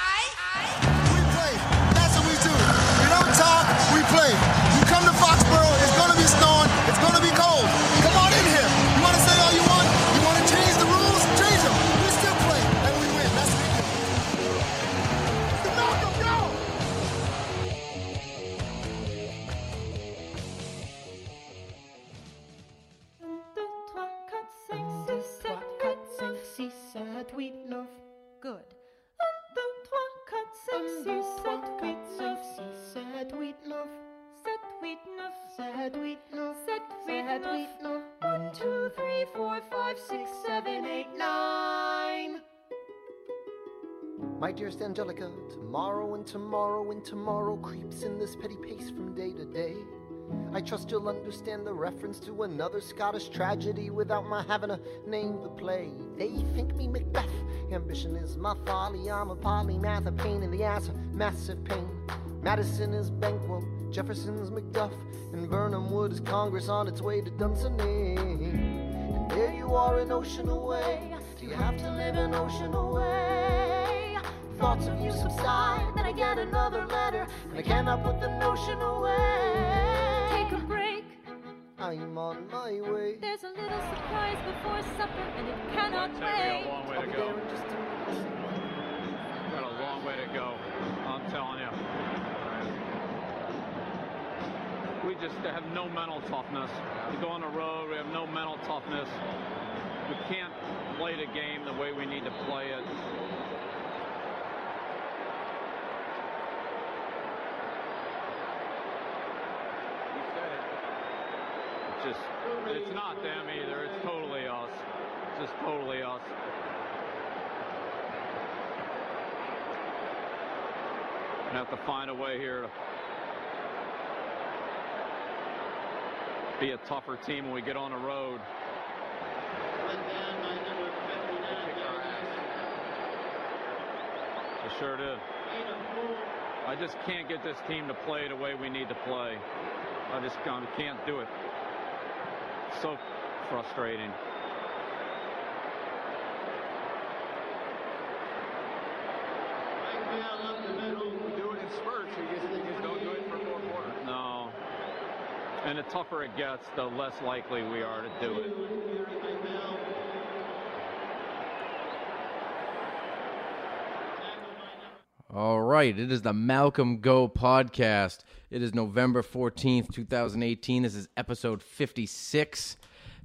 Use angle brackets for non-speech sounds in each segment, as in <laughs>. We play. That's what we do. We don't talk, we play. You come to Foxborough, it's gonna be snowing, it's gonna be cold. Come on in here. You wanna say all you want? You wanna change the rules? Change them. We still play, and we win. That's what we do. Malcolm, go! One, two, three, four, five, six, seven, eight, nine. My dearest Angelica, tomorrow and tomorrow and tomorrow creeps in this petty pace from day to day. I trust you'll understand the reference to another Scottish tragedy without my having to name the play. They think me Macbeth. Ambition is my folly. I'm a polymath, a pain in the ass, a massive pain. Madison is Banquo, Jefferson's Macduff, and Burnham Wood is Congress on its way to Dunsany. And there you are, an ocean away. Do you have to live an ocean away? Thoughts of you subside, then I get another letter, and I cannot put the notion away. Take a break. I'm on my way. There's a little surprise before supper, and it cannot Hey, wait. we got a long way I'll to be go. there in just a Got a long way to go. I'm telling you. We just have no mental toughness. We go on the road, we have no mental toughness. We can't play the game the way we need to play it. It's just, it's not them either. It's totally us. It's just totally us. Gonna have to find a way here to be a tougher team when we get on the road. They sure did. I just can't get this team to play the way we need to play. I just I can't do it. So frustrating. No. And the tougher it gets, the less likely we are to do it. All right, it is the Malcolm Go podcast. It is November 14th, 2018. This is episode 56.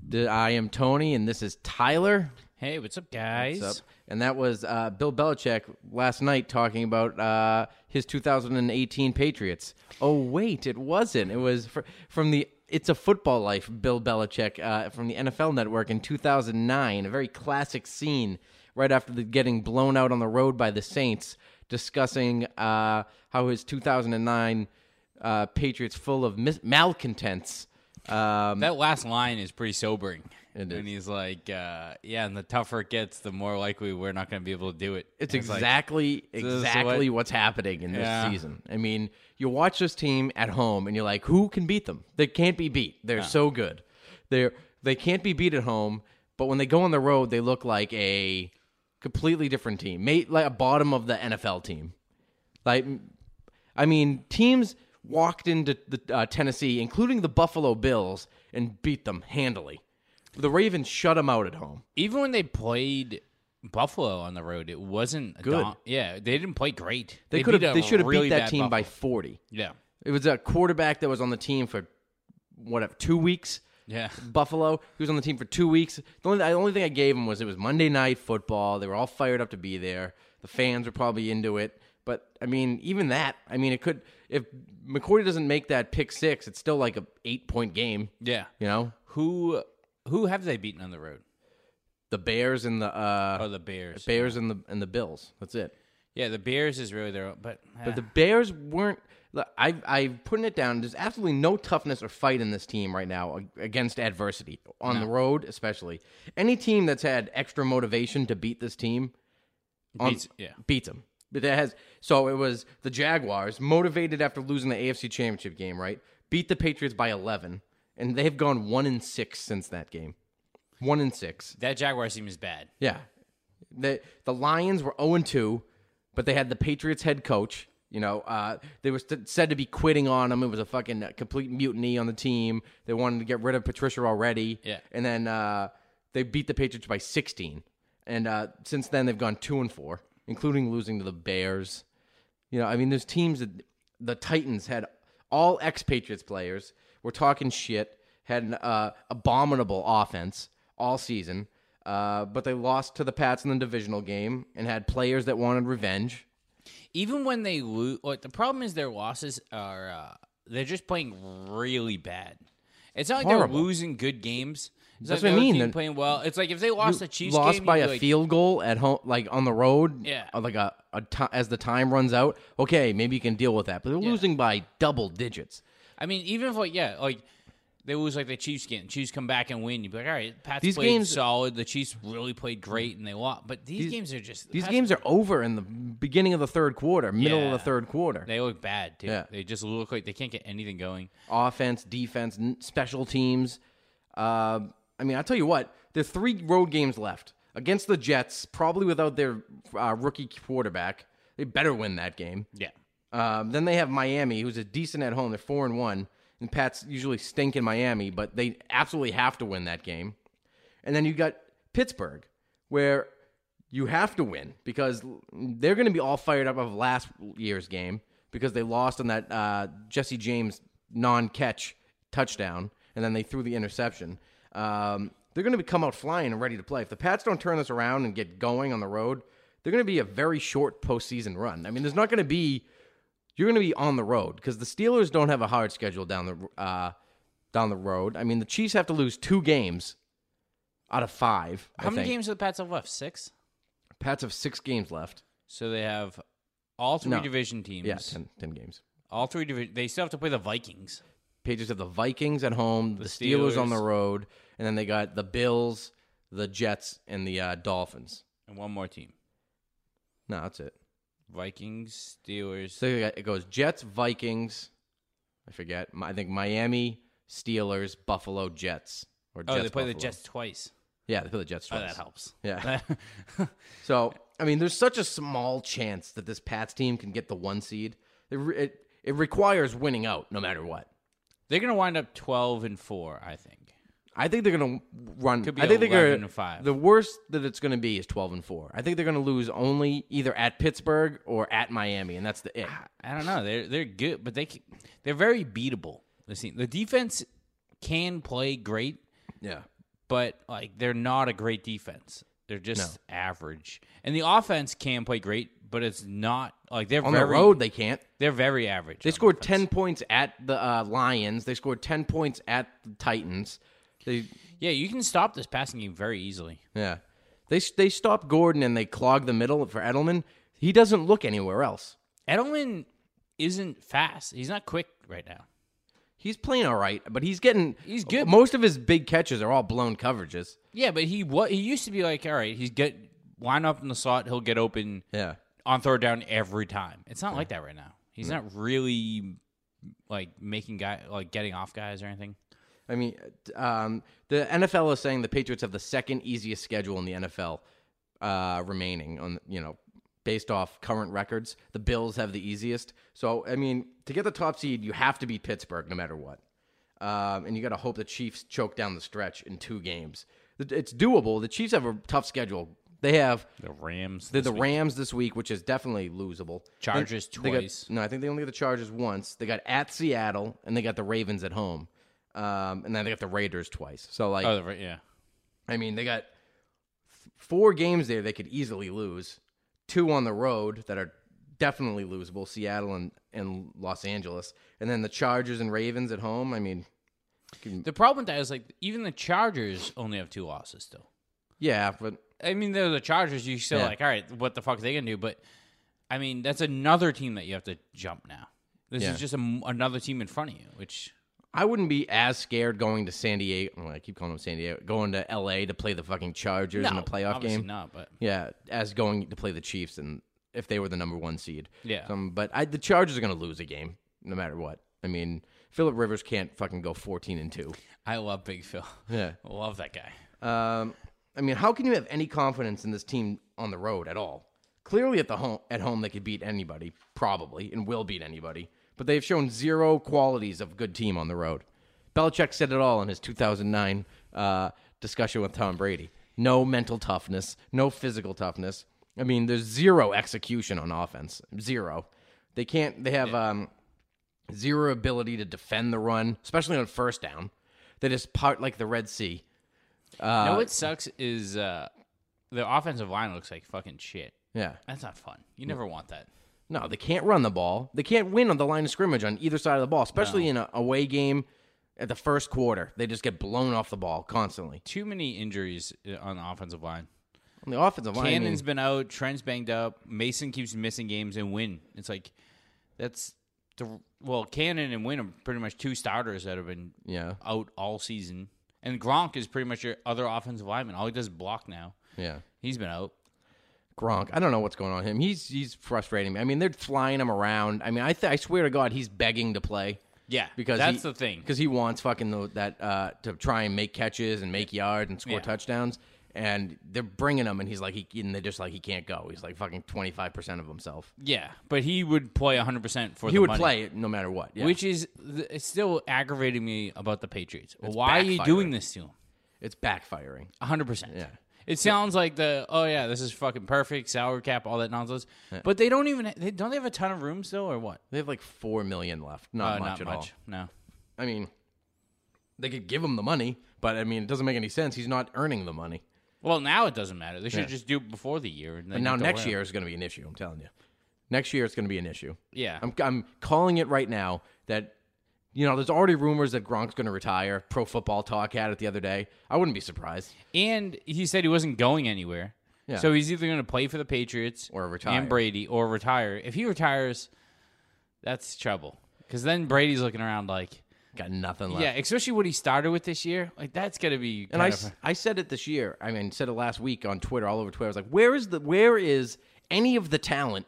D- I am Tony, and this is Tyler. Hey, what's up, guys? What's up? And that was uh, Bill Belichick last night talking about uh, his 2018 Patriots. Oh, wait, it wasn't. It was fr- from the It's a Football Life Bill Belichick uh, from the NFL Network in 2009, a very classic scene right after the getting blown out on the road by the Saints, discussing uh, how his 2009 uh, Patriots full of mis- malcontents. Um, That last line is pretty sobering. It And is. he's like, uh, yeah, and the tougher it gets, the more likely we're not going to be able to do it. It's And like, exactly this is exactly what- what's happening in this Yeah. season. I mean, you watch this team at home and you're like, who can beat them? They can't be beat. They're so good. They're they can't be beat at home, but when they go on the road, they look like a completely different team. Mate like a bottom of the NFL team. Like I mean, teams walked into the, uh, Tennessee, including the Buffalo Bills, and beat them handily. The Ravens shut them out at home. even when they played Buffalo on the road, it wasn't a Good. dom- yeah, they didn't play great. They, could beat a have. They should have really beat that bad team by Buffalo. forty. yeah, It was a quarterback that was on the team for what two weeks. yeah. Buffalo. He was on the team for two weeks. The only the only thing I gave him was it was Monday night football. They were all fired up to be there. The fans were probably into it. But I mean, even that. I mean, it could. if McCourty doesn't make that pick six, it's still like a eight point game. Yeah. You know, Who who have they beaten on the road? the Bears and the uh, Oh, the Bears. Bears and the and the Bills. That's it. Yeah, the Bears is really their own, but But eh. the Bears weren't. look, I I putting it down. There's absolutely no toughness or fight in this team right now ag- against adversity on the road, especially any team that's had extra motivation to beat this team on- Beats- yeah. beats them. But that has so it was the Jaguars motivated after losing the AFC Championship game, right? Beat the Patriots by 11, and they've gone one and six since that game. One and six. that Jaguars team is bad. Yeah. The the Lions were 0 2, but they had the Patriots head coach. You know, uh, they were st- said to be quitting on him. It was a fucking uh, complete mutiny on the team. They wanted to get rid of Patricia already. Yeah. And then uh, they beat the Patriots by 16. And uh, since then, they've gone 2 and 4, including losing to the Bears. You know, I mean, there's teams that the Titans had all ex-Patriots players. We're talking shit. Had an uh, abominable offense all season, uh, but they lost to the Pats in the divisional game and had players that wanted revenge. Even when they lose, like, the problem is their losses are uh, they're just playing really bad. It's not like Horrible. they're losing good games. It's That's like what the I other mean, team they're- Playing well. It's like if they lost You the Chiefs, lost game, you'd by be a like, field goal at home, like on the road. Yeah. or like a, a ti as the time runs out. Okay, maybe you can deal with that, but they're losing by double digits. I mean, even if like yeah, like they lose like the Chiefs game, Chiefs come back and win. You'd be like, all right, Pats These played games- solid. The Chiefs really played great, and they lost. But these, These- games are just These Pats- games are over in the beginning of the third quarter, middle of Yeah. the third quarter. They look bad too. Yeah. They just look like they can't get anything going. offense, defense, n- special teams. Uh, I mean, I tell you what, there's three road games left against the Jets, probably without their uh, rookie quarterback. They better win that game. Yeah. Um, then they have Miami, who's a decent at home. They're four and one, and Pats usually stink in Miami, but they absolutely have to win that game. And then you got Pittsburgh, where you have to win because they're going to be all fired up of last year's game because they lost on that uh, Jesse James non-catch touchdown, and then they threw the interception. Um, they're going to come out flying and ready to play. If the Pats don't turn this around and get going on the road, they're going to be a very short postseason run. I mean, there's not going to be you're going to be on the road because the Steelers don't have a hard schedule down the uh, down the road. I mean, the Chiefs have to lose two games out of five. I How many think. games do the Pats have left? Six. Pats have six games left. So they have all three No. division teams. Yeah, 10, 10 games. All three division. They still have to play the Vikings. Patriots have the Vikings at home, the, Steelers. on the Steelers. road, and then they got the Bills, the Jets, and the uh, Dolphins. And one more team. No, that's it. Vikings, Steelers. So you got- it goes Jets, Vikings. I forget. Mi- I think Miami, Steelers, Buffalo, Jets. Or oh, they play the Buffalo. Jets twice. Yeah, they play the Jets. Oh, Twice. that helps. <laughs> Yeah. so I mean, there's such a small chance that this Pats team can get the one seed. It re- it, it requires winning out, no matter what. They're gonna wind up twelve and four, I think. I think they're going to run. Could be I think they're gonna, 11 and five. The worst that it's going to be is twelve and four. I think they're going to lose only either at Pittsburgh or at Miami, and that's the it. Ah, I don't know. They're they're good, but they c- they're very beatable. The team. The defense can play great, Yeah, but like they're not a great defense. They're just average, and the offense can play great, but it's not like they're on very, the road they can't. They're very average. They on scored offense. ten points at the uh, Lions. They scored ten points at the Titans. They Yeah, you can stop this passing game very easily. yeah, they they stop Gordon and they clog the middle for Edelman. He doesn't look anywhere else. Edelman isn't fast. He's not quick right now. He's playing all right, but he's getting He's good. Most of his big catches are all blown coverages. Yeah, but he what he used to be like. All right, he's get line up in the slot. He'll get open Yeah, on third down every time. It's not like that right now. He's not really like making guy like getting off guys or anything. I mean, um, the NFL is saying the Patriots have the second easiest schedule in the NFL uh, remaining on you know based off current records. The Bills have the easiest. So I mean, to get the top seed, you have to beat Pittsburgh no matter what, um, and you got to hope the Chiefs choke down the stretch in two games. It- It's doable. The Chiefs have a tough schedule. They have The Rams. the, the Rams this week, which is definitely losable. Chargers They got- twice. no, I think they only got the Chargers once. They got at Seattle, and they got the Ravens at home, um, and then they got the Raiders twice. So like, Oh, the, Ra- yeah. I mean, they got th- four games there they could easily lose, two on the road that are definitely losable. Seattle and, and Los Angeles, and then the Chargers and Ravens at home. I mean, The problem with that is like even the Chargers only have two losses still. yeah, but I mean, they're the Chargers. You still Yeah. like, all right, what the fuck are they gonna do? But I mean, that's another team that you have to jump now. This Yeah. is just a m another team in front of you, which I wouldn't be as scared going to San Diego. well, I keep calling them San Diego. Going to L.A. to play the fucking Chargers in a no, playoff obviously game. Not, but Yeah, as going to play the Chiefs and if they were the number one seed. Yeah. Um, but I, the Chargers are going to lose a game no matter what. I mean, Philip Rivers can't fucking go fourteen and two. I love Big Phil. Yeah. I love that guy. Um, I mean, how can you have any confidence in this team on the road at all? Clearly, at the home at home they could beat anybody, probably, and will beat anybody. But they've shown zero qualities of good team on the road. Belichick said it all in his 2009 uh, discussion with Tom Brady. No mental toughness, no physical toughness. I mean, there's zero execution on offense. Zero. They can't. They have um, zero ability to defend the run, especially on first down. They just part like the Red Sea. you know what sucks is uh, their offensive line looks like fucking shit. Yeah. That's not fun. You never want that. No, they can't run the ball. They can't win on the line of scrimmage on either side of the ball, especially in a away game at the first quarter. They just get blown off the ball constantly. Too many injuries uh, on the offensive line. On the offensive line, I mean, Cannon's been out. Trent's banged up. Mason keeps missing games and Win. It's like that's the well Cannon and Win are pretty much two starters that have been Yeah. out all season. And Gronk is pretty much your other offensive lineman. All he does is block now. yeah. He's been out. Gronk, I don't know what's going on with him. He's he's frustrating me. I mean, they're flying him around. I mean, I th- I swear to God, he's begging to play. Yeah, because that's the thing. Because he wants fucking the, that uh, to try and make catches and make yards and score Yeah. touchdowns. And they're bringing him, and he's like, he and they're just like, he can't go. He's like fucking twenty five percent of himself. Yeah, but he would play 100 percent for He the would money, play it no matter what. Yeah. which is th- it's still aggravating me about the Patriots. Why are you doing backfiring. this to him? It's backfiring. 100 percent. Yeah. It sounds like the oh yeah, this is fucking perfect salary cap, all that nonsense. But they don't even they don't they have a ton of room still or what? They have like four million left. Not Uh, much at all. No. I mean, they could give him the money, but I mean, it doesn't make any sense. He's not earning the money. Well, now it doesn't matter. They should just do it before the year. then And now you don't next worry. year is going to be an issue. I'm telling you, next year it's going to be an issue. Yeah. I'm I'm calling it right now that. You know, there's already rumors that Gronk's going to retire. Pro Football Talk had it the other day. I wouldn't be surprised. And he said he wasn't going anywhere. Yeah. So he's either going to play for the Patriots Or retire. and Brady or retire. If he retires, that's trouble. Because then Brady's looking around like, Got nothing left. yeah, especially what he started with this year. Like that's going to be. And I, kind s- of- I said it this year. I mean, said it last week on Twitter, all over Twitter. I was like, where is the where is any of the talent,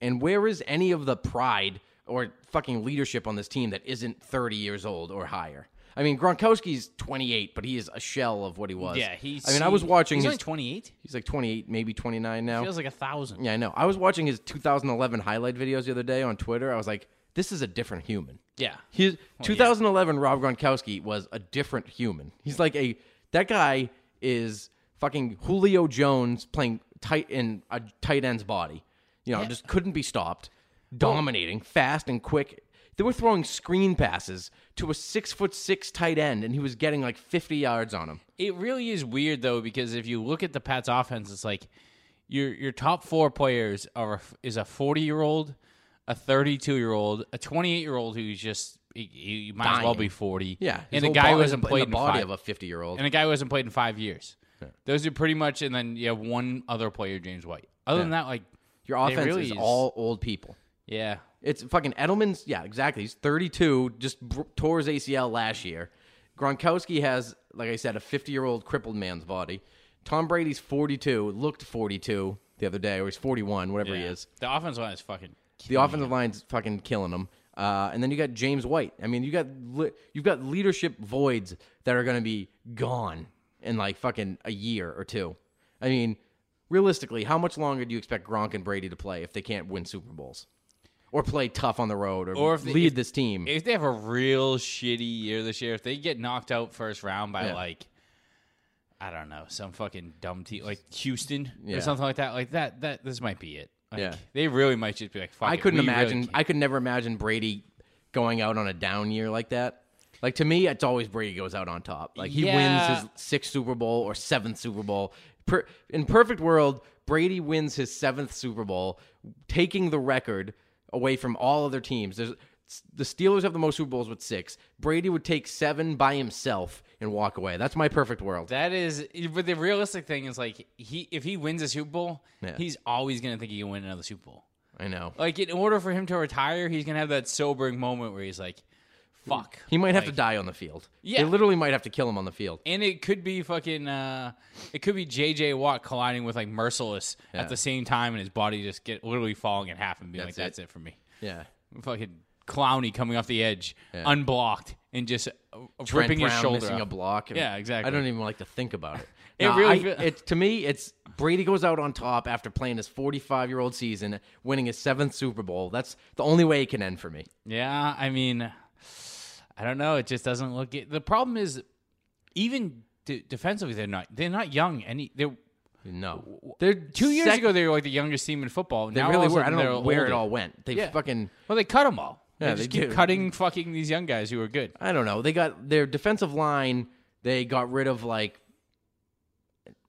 and where is any of the pride or fucking leadership on this team that isn't thirty years old or higher? I mean, Gronkowski's twenty eight, but he is a shell of what he was. yeah, he's. I mean, I was watching He's his. only twenty eight. he's like twenty eight, maybe twenty nine now. Feels like a thousand. yeah, I know. I was watching his 2011 highlight videos the other day on Twitter. I was like, this is a different human. Yeah. His 2011 Rob Gronkowski was a different human. He's like a that guy is fucking Julio Jones playing tight in a tight end's body. You know, just couldn't be stopped, dominating, fast and quick. They were throwing screen passes to a six foot six tight end, and he was getting like 50 yards on him. It really is weird though because if you look at the Pats offense, it's like your your top four players are is a forty year old, a thirty two year old, a twenty eight year old who's just he- he- you might as well Dying. be forty. Yeah, his and a whole guy who body- hasn't in played the body in of a five, 50 year old. and a guy who hasn't played in five years. Those are pretty much, and then you have one other player, James White. Other than that, like Your it offense really is all old people. yeah. It's fucking Edelman's. Yeah, exactly. He's 32, just br- tore his ACL last year. Gronkowski has, like I said, a 50 year old crippled man's body. Tom Brady's 42, looked 42 the other day, or he's 41, whatever he Yeah. is. The offense line is fucking. The offensive line's fucking killing him. Uh, and then you got James White. I mean, you got li- you've got leadership voids that are going to be gone in like fucking a year or two. I mean, realistically, how much longer do you expect Gronk and Brady to play if they can't win Super Bowls or play tough on the road or, Or if they- lead if- this team? If they have a real shitty year this year, if they get knocked out first round by Yeah. like I don't know, some fucking dumb team like Houston Yeah. or something like that, like that that this might be it. Like, Yeah. They really might just be like fuck I it, couldn't we really imagine. can't. I could never imagine Brady going out on a down year like that. Like to me, it's always Brady goes out on top. Like he Yeah. wins his sixth Super Bowl or seventh Super Bowl. Per, in perfect world, Brady wins his seventh Super Bowl, taking the record away from all other teams. There's, the Steelers have the most Super Bowls with six. Brady would take seven by himself and walk away. That's my perfect world. That is, but the realistic thing is like he if he wins a Super Bowl, Yeah. he's always gonna think he can win another Super Bowl. I know. Like in order for him to retire, he's gonna have that sobering moment where he's like, "Fuck." He might have Like, to die on the field. Yeah. They literally might have to kill him on the field. And it could be fucking, uh, it could be JJ Watt colliding with like Merciless Yeah. at the same time, and his body just get literally falling in half and being That's like, it. "That's it for me." Yeah. Fucking Clowney coming off the edge, unblocked, and just uh, Trent ripping his Brown shoulder. missing up. a block. and Yeah, exactly. I don't even like to think about it. <laughs> It No, really I- fe- it- to me, it's Brady goes out on top after playing his 45 year old season, winning his seventh Super Bowl. That's the only way it can end for me. Yeah, I mean, I don't know. It just doesn't look. It. The problem is, even de- defensively, they're not. They're not young. Any. They're No, they're two years sec- ago. They were like the youngest team in football. they now all really of a were. I sudden don't know they're where it older. all went. They Yeah. fucking. Well, they cut them all. Yeah, they just they keep do. cutting fucking these young guys who are good. I don't know. They got their defensive line. They got rid of like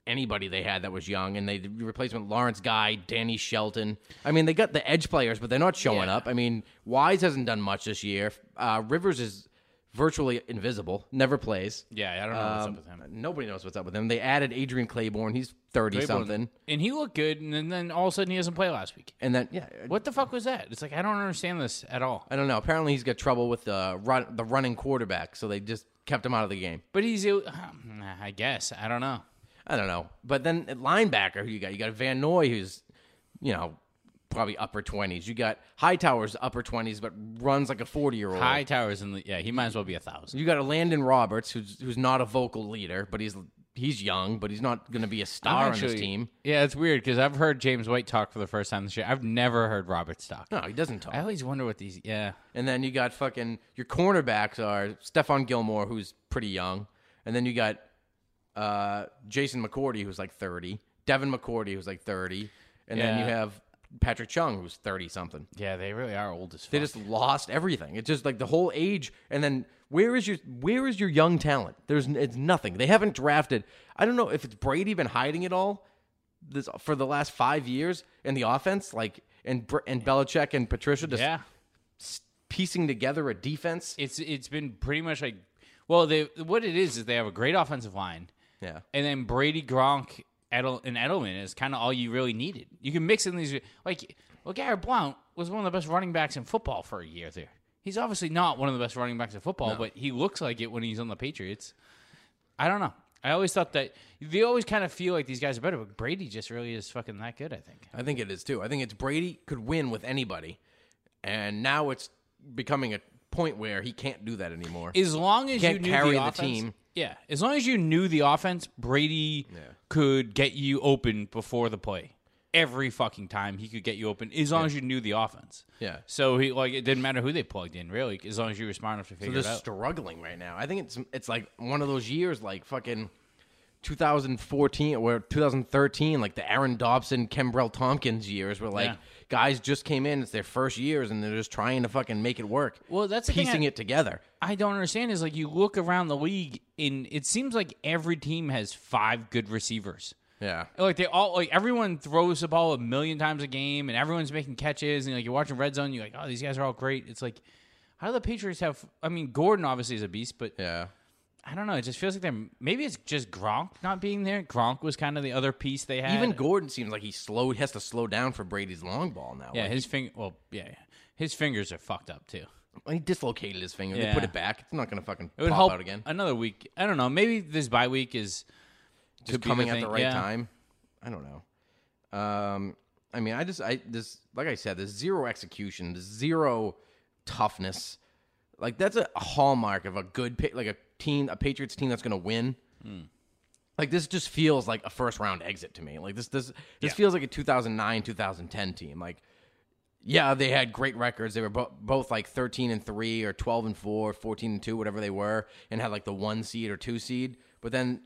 anybody they had that was young, and they replaced with Lawrence Guy, Danny Shelton. I mean, they got the edge players, but they're not showing Yeah. up. I mean, Wise hasn't done much this year. Uh, Rivers is virtually invisible. Never plays. Um, Yeah, I don't know what's up with him. Nobody knows what's up with him. They added Adrian Claiborne. He's thirty Claiborne- something, and he looked good, and then, then all of a sudden he doesn't play last week. and then yeah. uh, What the fuck was that? It's like I don't understand this at all. I don't know. Apparently, he's got trouble with the run, the running quarterback, so they just kept him out of the game. But he's, uh, I guess, I don't know. I don't know. But then at linebacker, who you got? You got Van Noy, who's, you know, probably upper 20s. You got Hightower's upper 20s, but runs like a 40 year old. High towers in the yeah, he might as well be a thousand. You got a Landon Roberts, who's who's not a vocal leader, but he's he's young, but he's not going to be a star I'm on this team. Yeah, it's weird because I've heard James White talk for the first time this year. I've never heard Roberts talk. No, he doesn't talk. I always wonder what these. Yeah, And then you got fucking your cornerbacks are Stefan Gilmore, who's pretty young, and then you got uh, Jason McCourty, who's like thirty, Devin McCourty, who's like thirty, and then you Yeah. have Patrick Chung, who's thirty something. yeah, they really are old as fuck. They just lost everything. It's just like the whole age. And then where is your where is your young talent? There's n- it's nothing. They haven't drafted. I don't know if it's Brady been hiding it all this for the last five years in the offense, like and Br- and Belichick and Patricia just yeah, piecing together a defense. it's it's been pretty much like. Well, they what it is is they have a great offensive line. Yeah. and then Brady Gronk Edel, and Edelman is kind of all you really needed. You can mix in these like well, Garrett Blount was one of the best running backs in football for a year there. He's obviously not one of the best running backs in football, but he looks like it when he's on the Patriots. I don't know. I always thought that they always kind of feel like these guys are better, but Brady just really is fucking that good. I think. I think it is too. I think it's Brady could win with anybody, and now it's becoming a point where he can't do that anymore. as long as you, Can't knew carry the, the offense- team. Yeah, as long as you knew the offense, Brady could get you open before the play. Every fucking time he could get you open, as long as you knew the offense. Yeah. So he like it didn't matter who they plugged in, really, as long as you were smart enough to So figure they're it out. struggling right now. I think it's it's like one of those years, like fucking 2014 or 2013, like the Aaron Dobson, Kembrell Tompkins years, where like Yeah. guys just came in, it's their first years, and they're just trying to fucking make it work. Well, that's the thing piecing I- it together. I don't understand is like you look around the league, and it seems like every team has five good receivers. Yeah, Like they all like everyone throws the ball a million times a game, and everyone's making catches, and like you're watching red zone, you're like, oh, these guys are all great. It's like, how do the Patriots have? I mean, Gordon obviously is a beast, but yeah. I don't know. It just feels like they're maybe it's just Gronk not being there. Gronk was kind of the other piece they had. Even Gordon seems like he slow has to slow down for Brady's long ball now. yeah, Like, his finger. Well, yeah, yeah. his fingers are fucked up too. he, dislocated his finger. They Yeah. put it back. It's not gonna fucking It would pop help out again. another week. I don't know. Maybe this bye week is just could be coming the at the thing. right Yeah. time. I don't know. Um, I mean, I just I this like I said, there's zero execution, there's zero toughness. Like that's a hallmark of a good pa- like a team, a Patriots team that's going to win. Like this just feels like a first round exit to me. Like this this this feels like a 2009 2010 team. Like yeah, they had great records. They were bo- both like 13 and 3 or 12 and 4, 14 and 2, whatever they were, and had like the 1 seed or 2 seed, but then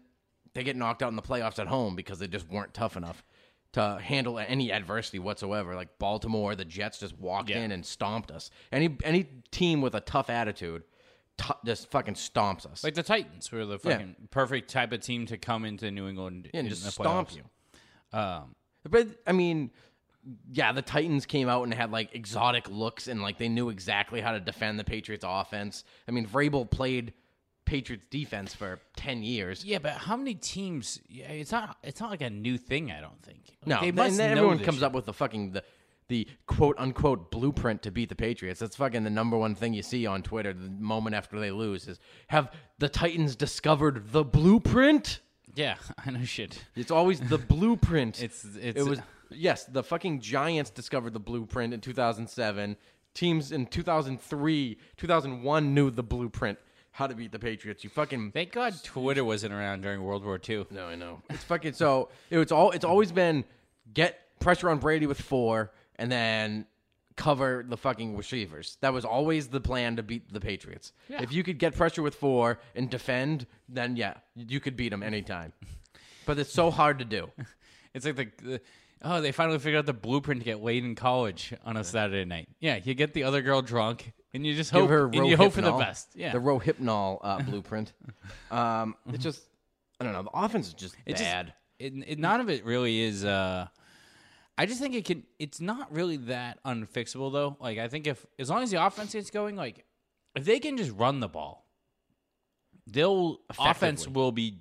they get knocked out in the playoffs at home because they just weren't tough enough to handle any adversity whatsoever. Like Baltimore, the Jets just walked in and stomped us. Any any team with a tough attitude t- just fucking stomps us. Like the Titans were the fucking perfect type of team to come into New England and in just the stomp playoffs. you. Um, But I mean, yeah, the Titans came out and had like exotic looks and like they knew exactly how to defend the Patriots offense. I mean, Vrabel played Patriots defense for 10 years. Yeah, but how many teams? Yeah, it's not. It's not like a new thing. I don't think. Like, No, they and must then know everyone this comes shit. up with the fucking the, the quote unquote blueprint to beat the Patriots. That's fucking the number one thing you see on Twitter the moment after they lose is have the Titans discovered the blueprint? Yeah, <laughs> I know shit. It's always the blueprint. <laughs> It's- it it's- was yes, the fucking Giants discovered the blueprint in 2007. Teams in 2003, 2001 knew the blueprint how to beat the Patriots. You fucking Thank God Twitter wasn't around during World War II. no, I know. It's fucking so it was all it's always been get pressure on Brady with four and then cover the fucking receivers. That was always the plan to beat the Patriots. If you could get pressure with four and defend, then yeah, you could beat them anytime. But it's so hard to do. <laughs> It's like the, the oh, they finally figured out the blueprint to get laid in college on a Saturday night. Yeah, you get the other girl drunk and you just hope and you hope for the Rohypnol, best. Yeah, the Rohypnol uh, blueprint. <laughs> Um, it's just I don't know. The offense is just It just- bad. it, it, none of it really is. Uh, I just think it can. It's not really that unfixable though. Like I think if as long as the offense gets going, like if they can just run the ball, they'll offense Effectively. will be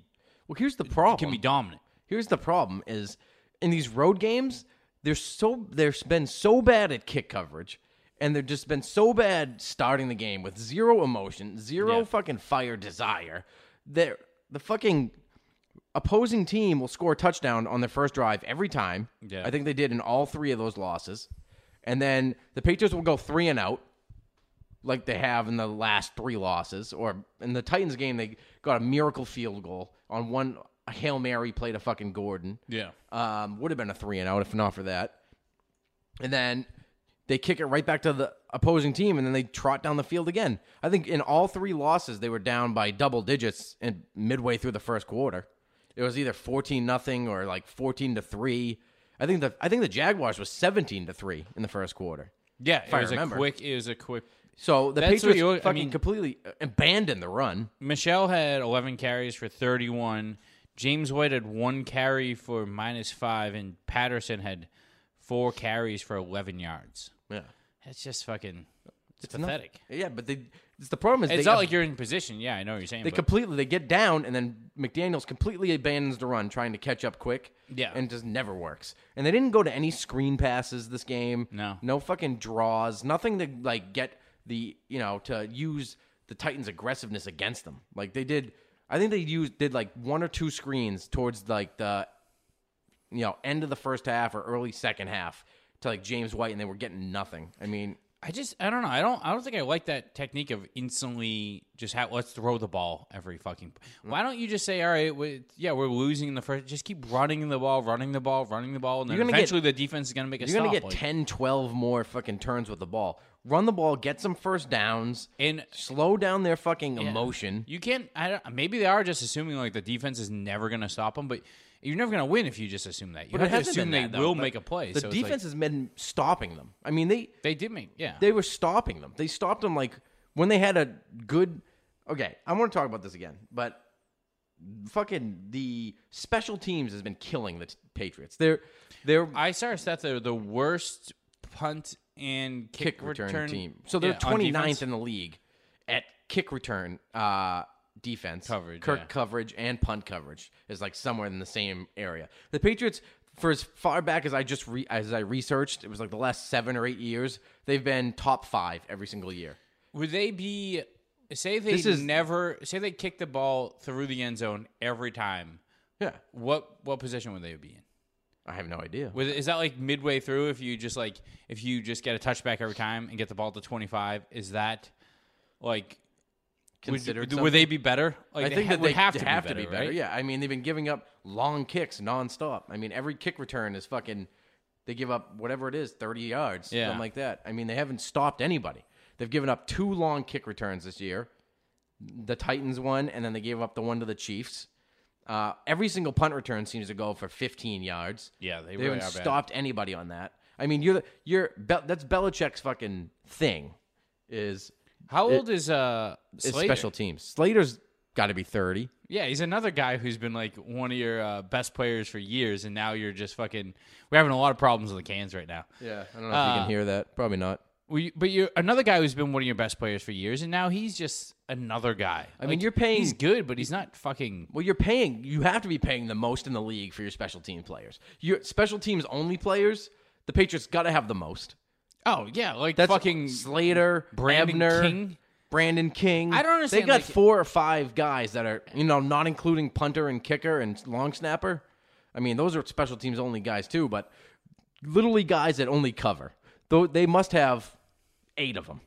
well, here's the problem. can be dominant. Here's the problem: is in these road games, they're so they've been so bad at kick coverage, and they've just been so bad starting the game with zero emotion, zero Yeah. fucking fire desire. They're the fucking opposing team will score a touchdown on their first drive every time. Yeah. I think they did in all three of those losses, and then the Patriots will go three and out. Like they have in the last three losses, or in the Titans game, they got a miracle field goal on one a hail mary play to fucking Gordon. Yeah. Um, would have been a three and out if not for that. And then they kick it right back to the opposing team, and then they trot down the field again. I think in all three losses, they were down by double digits and midway through the first quarter. It was either fourteen nothing or like fourteen to three. I think the I think the Jaguars was seventeen to three in the first quarter. Yeah, it I was a remember. quick. It was a quick. So the That's what Patriots you- I fucking mean- completely uh, abandoned the run. Michelle had 11 carries for 31. James White had one carry for minus five, and Patterson had four carries for 11 yards. Yeah, That's just fucking. It's, not- pathetic. yeah, but they it's the problem is It's they not like you're in position. Yeah, I know what you're saying. They but completely they get down and then McDaniel's completely abandons the run, trying to catch up quick. Yeah. and it just never works. And they didn't go to any screen passes this game. No. no fucking draws, nothing to like get the you know to use the Titans' aggressiveness against them. Like they did, I think they used did like one or two screens towards like the you know end of the first half or early second half to like James White, and they were getting nothing. I mean, I just I don't know. I don't I don't think I like that technique of instantly just ha- let's throw the ball every fucking. Mm. Why don't you just say all right? We, yeah, we're losing in the first. Just keep running the ball, running the ball, running the ball, and then You're gonna get- eventually the defense is gonna make a You're stop. going to get like- 10, 12 more fucking turns with the ball. Run the ball, get some first downs, And- slow down their fucking emotion. You can't. I don't, maybe they are just assuming like the defense is never going to stop them, but you're never going to win if you just assume that. You But it have to hasn't assume been they that, though. will Like, make a play. The so it's like- defense has been stopping them. I mean, they they did make yeah. they were stopping them. They stopped them like when they had a good. Okay, I want to talk about this again, but fucking the special teams has been killing the t- Patriots. They're they're I saw a stat that the worst punt and kick, kick return, team. So yeah, they're on twenty 29th defense. in the league at kick return uh, defense Coverage, Kirk yeah. coverage and punt coverage is like somewhere in the same area. The Patriots, for as far back as I just re- as I researched, it was like the last seven or eight years they've been top five every single year. Would they be? Say they This is- never. Say they kick the ball through the end zone every time. Yeah, What what position would they be in? I have no idea. Was, is that like midway through? If you just like, if you just get a touchback every time and get the ball to twenty five, is that like would- Considered Would, something? they be better? Like, I think ha- that they would have to be better. right? Yeah, I mean they've been giving up long kicks nonstop. I mean every kick return is fucking. They give up whatever it is, thirty yards, Yeah. something like that. I mean they haven't stopped anybody. They've given up two long kick returns this year. The Titans one, and then they gave up the one to the Chiefs. Uh, every single punt return seems to go for fifteen yards. Yeah, they they really haven't are bad. stopped anybody on that. I mean, you're the, you're Bel- that's Belichick's fucking thing, is How old is uh is Slater? special teams. Slater's got to be 30. Yeah, he's another guy who's been like one of your uh, best players for years, and now you're just fucking. We're having a lot of problems with the cans right now. Uh, Yeah. I don't know if you can hear that. Probably not. We, but you're another guy who's been one of your best players for years, and now he's just another guy. I mean, you're paying- He's good, but he's not fucking. Well, you're paying. You have to be paying the most in the league for your special team players. Your special teams only players, the Patriots got to have the most. Oh yeah, like That's fucking. Slater, Brandon Ebner, King? Brandon King. I don't understand, They got like- four or five guys that are you know not including punter and kicker and long snapper. I mean, those are special teams only guys too, but literally guys that only cover. Though they must have eight of them.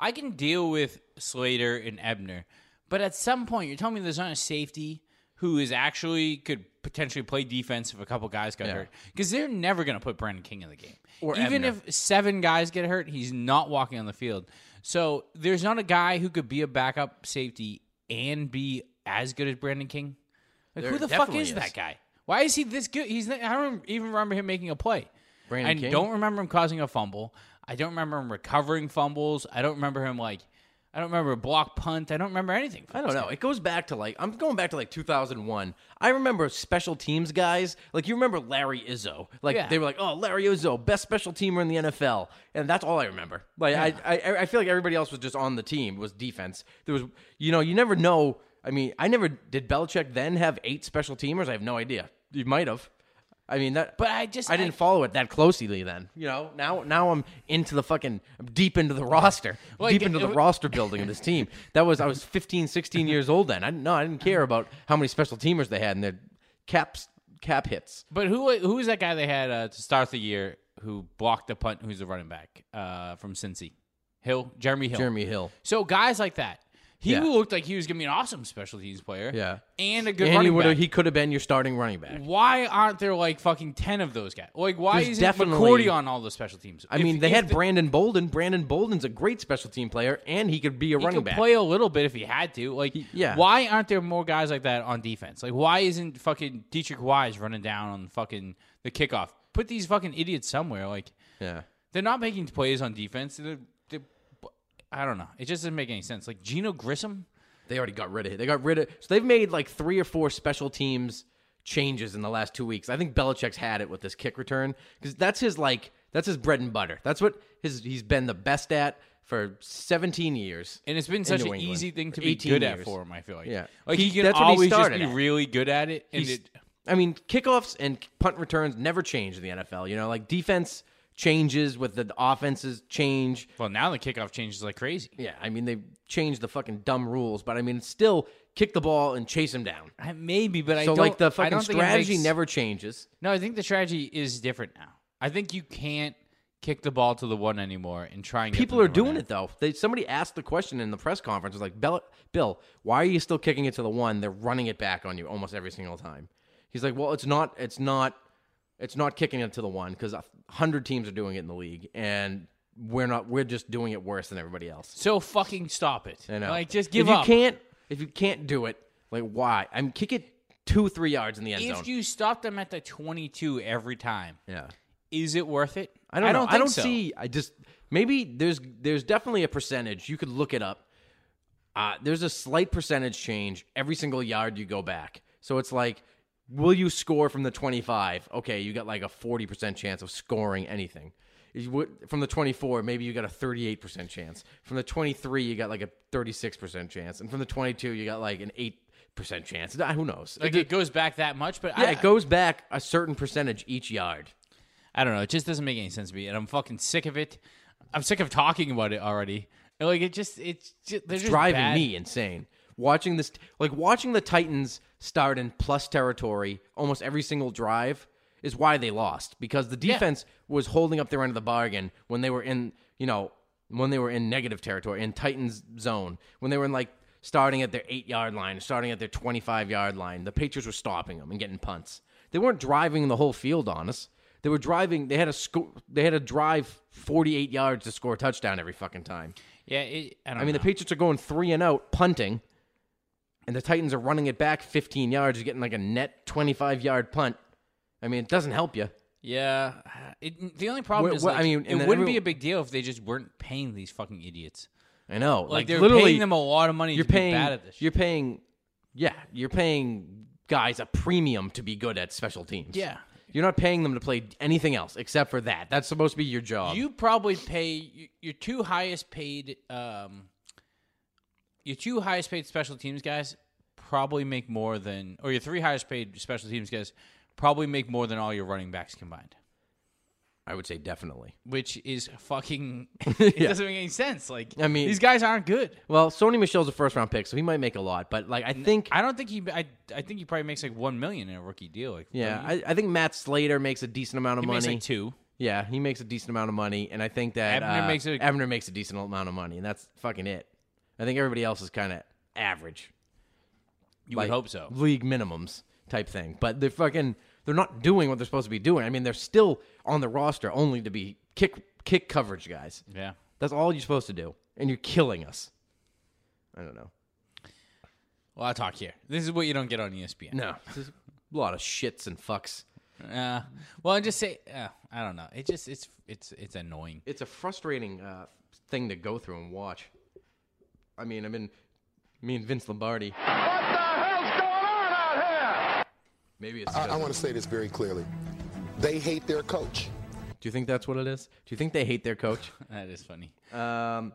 I can deal with Slater and Ebner, but at some point, you're telling me there's not a safety who is actually could potentially play defense if a couple guys got Yeah. hurt because they're never going to put Brandon King in the game. Or Even Ebner. if seven guys get hurt, he's not walking on the field. So there's not a guy who could be a backup safety and be as good as Brandon King. Like, There who the fuck definitely is, is. that guy? Why is he this good? He's not, I don't even remember him making a play. Brandon I King? don't remember him causing a fumble. I don't remember him recovering fumbles. I don't remember him like I don't remember a block punt. I don't remember anything. I don't know. It goes back to like I'm going back to like 2001. I remember special teams guys. Like you remember Larry Izzo. Like Yeah. they were like, "Oh, Larry Izzo, best special teamer in the NFL," and that's all I remember. Like I, I, I feel like everybody else was just on the team was defense. There was, you know, you never know. I mean, I never did. Belichick then have eight special teamers. I have no idea. You might have. I mean that, But I just- I didn't I- follow it that closely then. You know, now now I'm into the fucking I'm deep into the roster <laughs> Well, deep it- into the it- roster building of this team. That was I was 15, 16 years old then. I didn't know I didn't care about how many special teamers they had and their caps cap hits. But who who is that guy they had uh, to start the year who blocked the punt? Who's the running back uh, from Cincy? Hill, Jeremy Hill. Jeremy Hill. So guys like that. He Yeah. looked like he was gonna be an awesome special teams player. Yeah. and a good and he running would back. have he could have been your starting running back. why aren't there like fucking ten of those guys? Like, why There's is definitely- McCourty on all the special teams? I If- mean, they if had the- Brandon Bolden. Brandon Bolden's a great special team player, and he could be a he running could back. play a little bit if he had to. Like, yeah. why aren't there more guys like that on defense? Like, why isn't fucking Dietrich Wise running down on fucking the kickoff? Put these fucking idiots somewhere. Like, yeah, they're not making plays on defense. They're, they're, I don't know. It just doesn't make any sense. Like Gino Grissom. they already got rid of it. They got rid of so they've made like three or four special teams changes in the last two weeks. I think Belichick's had it with this kick return because that's his like that's his bread and butter. That's what his he's been the best at for 17 years. And it's been in such New an England. easy thing to For be 18 good at years. for him. I feel like, Yeah. like He- he, can that's what he always just started be at. really good at it. And He's- it, I mean, kickoffs and punt returns never change in the NFL. You know, like defense changes with the offenses change. well, now the kickoff changes like crazy. Yeah, I mean they changed the fucking dumb rules, but I mean it's still kick the ball and chase him down. I, maybe, but I so don't, like the I fucking don't think it strategy makes- never changes. No, I think the strategy is different now. I think you can't kick the ball to the one anymore and try and get People them are to run doing out. it though. They somebody asked the question in the press conference was like, "Bill, Bill, why are you still kicking it to the one? They're running it back on you almost every single time." He's like, "Well, it's not, it's not, it's not kicking it to the one because a hundred teams are doing it in the league, and we're not. We're just doing it worse than everybody else." So fucking stop it. I know. Like just give if up. You can't if you can't do it. Like why? I'm kick it two, three yards in the end zone. if you stop them at the 22 every time, yeah. is it worth it? I don't, know. I think don't so. see. I just maybe there's there's definitely a percentage you could look it up. Uh, there's a slight percentage change every single yard you go back. So it's like, will you score from the 25? Okay, you got like a 40 percent chance of scoring anything. If you would- From the 24, maybe you got a 38 percent chance. From the 23, you got like a 36 percent chance, and from the 22, you got like an eight percent chance. Uh, Who knows? Like It- it goes back that much, but yeah, I, it goes back a certain percentage each yard. I don't know. It just doesn't make any sense to me, and I'm fucking sick of it. I'm sick of talking about it already. And, Like it just, it's just, they're just driving bad. me insane. Watching this, like watching the Titans start in plus territory almost every single drive is why they lost because the defense was holding up their end of the bargain when they were in, you know, when they were in negative territory in Titans zone when they were in like starting at their eight yard line, starting at their twenty five yard line. The Patriots were stopping them and getting punts. They weren't driving the whole field on us. They were driving. They had a sco- They had to drive forty eight yards to score a touchdown every fucking time. Yeah, it, I don't. I mean, know. the Patriots are going three and out, punting, and the Titans are running it back 15 yards, getting like a net 25 yard punt. I mean, it doesn't help you. Yeah, it, the only problem Wh- is wh- like, I mean, and it then wouldn't be everyone- a big deal if they just weren't paying these fucking idiots. I know. Like, they're literally, paying them a lot of money. You're to be paying. bad at this. shit. You're paying Yeah, you're paying guys a premium to be good at special teams. Yeah. You're not paying them to play anything else except for that. That's supposed to be your job. You probably pay y- your two highest paid, um, your two highest paid special teams guys probably make more than, or your three highest paid special teams guys probably make more than all your running backs combined, I would <laughs> say definitely. which is fucking. <laughs> It doesn't make any sense. Like, I mean- these guys aren't good. Well, Sony Michelle's a first round pick, so he might make a lot, but like I think I don't think he. I, I think he probably makes like one million in a rookie deal. Like, yeah, don't you? I, I think Matt Slater makes a decent amount of he money. makes like two. Yeah, he makes a decent amount of money, and I think that Ebner uh, makes a- Ebner makes a decent amount of money, and that's fucking it. I think everybody else is kind of average. You like, would hope so. League minimums type thing. But they're fucking they're not doing what they're supposed to be doing. I mean, they're still on the roster only to be kick kick coverage guys. Yeah. That's all you're supposed to do. And you're killing us. I don't know. A lot of talk here. This is what you don't get on E ESPN. No. There's a lot of shits and fucks. Uh, well, I just say uh, I don't know. It just it's it's it's annoying. It's a frustrating uh, thing to go through and watch. I mean, I've been me and Vince Lombardi. Maybe it's I, I because- want to say this very clearly. They hate their coach. Do you think that's what it is? Do you think they hate their coach? <laughs> Um, That is funny. I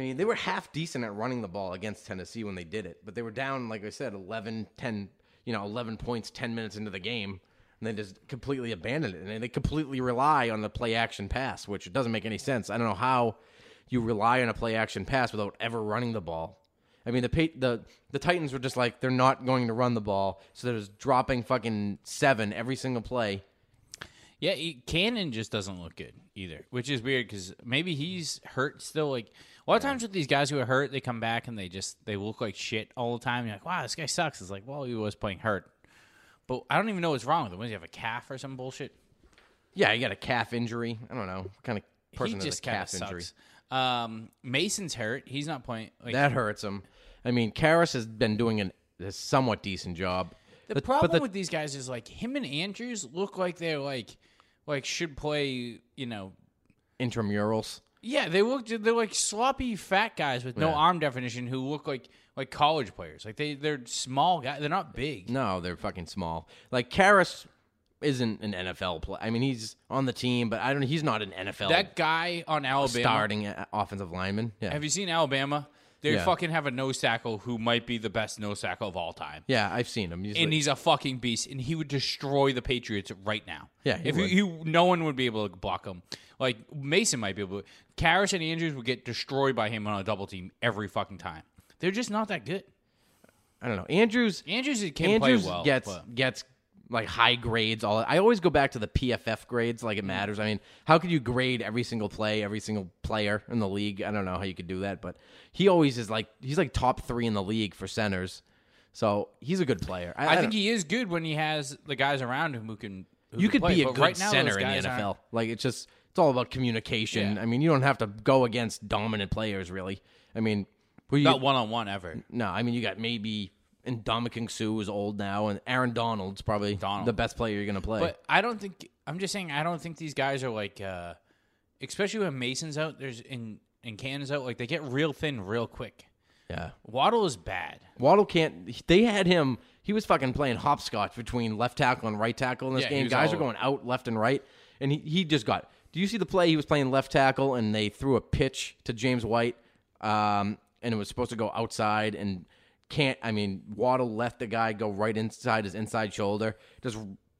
mean, they were half decent at running the ball against Tennessee when they did it, but they were down, like I said, 11, 10, you know, 11 points 10 minutes into the game, and they just completely abandoned it. And they completely rely on the play action pass, which doesn't make any sense. I don't know how you rely on a play action pass without ever running the ball. I mean, the Pa- the the Titans were just like they're not going to run the ball, so they're just dropping fucking seven every single play. Yeah, he, Cannon just doesn't look good either, which is weird because maybe he's hurt still. Like a lot of times with these guys who are hurt, they come back and they just they look like shit all the time. You're like, wow, this guy sucks. It's like, well, he was playing hurt, but I don't even know what's wrong with him. What, does he have a calf or some bullshit? Yeah, you got a calf injury. I don't know what kind of person he has just a kinda calf injury. sucks. Um, Mason's hurt. He's not playing. Like, That hurts him. I mean, Karras has been doing an, a somewhat decent job. The But- but problem the- with these guys is like him and Andrews look like they're like like should play, you know. intramurals. Yeah, they look they're like sloppy fat guys with no Yeah. arm definition who look like like college players. Like they they're small guys. They're not big. No, they're fucking small. Like Karras isn't an NFL play. I mean, he's on the team, but I don't. He's not an NFL That guy on Alabama. starting a- offensive lineman. Yeah, Have you seen Alabama? They Yeah. fucking have a nose tackle who might be the best nose tackle of all time. yeah, I've seen him. He's And like- he's a fucking beast, and he would destroy the Patriots right now. Yeah, he if would. you, no one would be able to block him. Like Mason might be able. to. Karras and Andrews would get destroyed by him on a double team every fucking time. They're just not that good. I don't know. Andrews. Andrews can Andrews play well. gets but- gets like high grades. All I always go back to the PFF grades. Like it matters. I mean, how could you grade every single play, every single player in the league? I don't know how you could do that, but he always is like he's like top three in the league for centers. So he's a good player. I I, I think don't- he is good when he has the guys around him who can. Who you can could play, be a but good right now, center those in guys the NFL. aren't. Like it's just it's all about communication. Yeah. I mean, you don't have to go against dominant players really. I mean, who you Not one on one ever. No, I mean you got maybe. And Dominican Sue is old now, and Aaron Donald's probably Donald. the best player you're going to play. But I don't think I'm just saying I don't think these guys are like uh especially when Mason's out there's in and Cannon's out like they get real thin real quick. yeah. Waddle is bad. Waddle can't. They had him. He was fucking playing hopscotch between left tackle and right tackle in this Yeah, he game. was Guys all were going out left and right, and he, he just got. Do you see the play? He was playing left tackle, and they threw a pitch to James White, um, and it was supposed to go outside. And can't. I mean, Waddle let the guy go right inside his inside shoulder. Just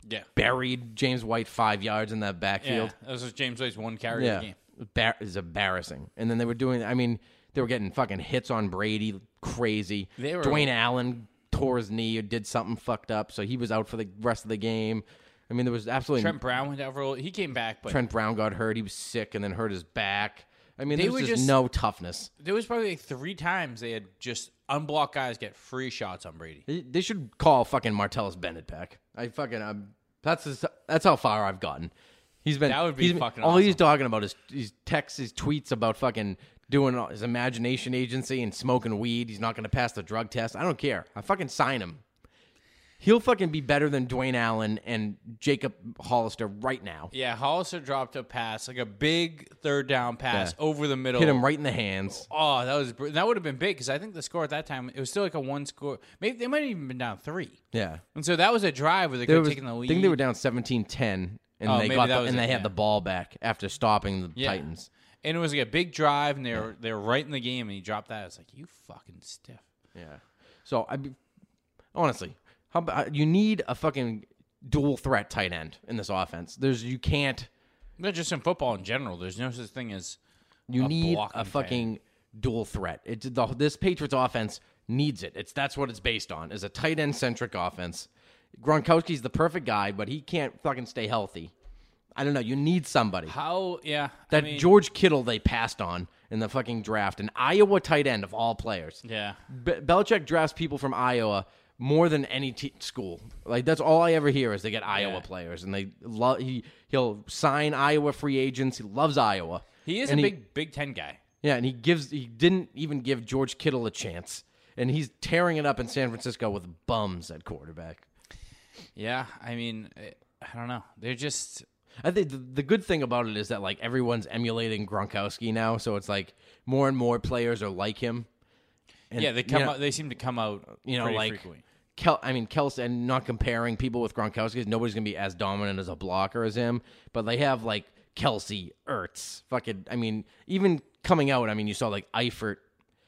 Yeah. buried James White five yards in that Yeah. backfield. That was James White's one carry of the game. Bar- is embarrassing. And then they were doing. I mean, they were getting fucking hits on Brady, crazy. They were- Dwayne Allen tore his knee or did something fucked up, so he was out for the rest of the game. I mean, there was absolutely Trent Brown went out for a- he came back, but Trent Brown got hurt. He was sick and then hurt his back. I mean, They there was were just, just- no toughness. there was probably like three times they had just unblocked guys get free shots on Brady. They, they should call fucking Martellus Bennett back. I fucking um, that's as, that's how far I've gotten. He's been That would be he's been- fucking all he's awesome. talking about is his texts, his tweets about fucking doing all- his imagination agency and smoking weed. He's not going to pass the drug test. I don't care. I fucking sign him. He'll fucking be better than Dwayne Allen and Jacob Hollister right now. Yeah, Hollister dropped a pass, like a big third down pass Yeah. over the middle. Hit him right in the hands. Oh, that was br- that would have been big because I think the score at that time it was still like a one score. Maybe they might have even been down three. Yeah. And so that was a drive where they They could was- have taken the I lead. think they were down 17-10 and Oh, they maybe got that the, was and it, they had yeah. the ball back after stopping the Yeah. Titans. and it was like a big drive, and they were they were right in the game, and he dropped that. I was like, you fucking stiff. Yeah. So I be, honestly, how about you need a fucking dual threat tight end in this offense? There's you can't No, just in football in general, there's no such thing as you A need blocking a tight fucking dual threat. It's the, this Patriots offense needs it. It's that's what it's based on is a tight end centric offense. Gronkowski's the perfect guy, but he can't fucking stay healthy. I don't know. You need somebody. how. "Oh, Yeah, that I mean, George Kittle they passed on in the fucking draft, an Iowa tight end of all players. Yeah, Be- Belichick drafts people from Iowa more than any te- school. Like that's all I ever hear is they get Iowa Yeah. players, and they love he he'll sign Iowa free agents. He loves Iowa. he is And a big Big Ten guy. yeah, and he gives he didn't even give George Kittle a chance, and he's tearing it up in San Francisco with bums at quarterback. Yeah, I mean, I- I don't know. They're just I think the, the good thing about it is that like everyone's emulating Gronkowski now, so it's like more and more players are like him. And, yeah. They come you know, out. They seem to come out. you know pretty like frequently. Kel, I mean Kels and not comparing people with Gronkowski. 'cause Nobody's gonna be as dominant as a blocker as him, but they have like Kelsey, Ertz, fucking. I mean, even coming out, I mean, you saw like Eifert,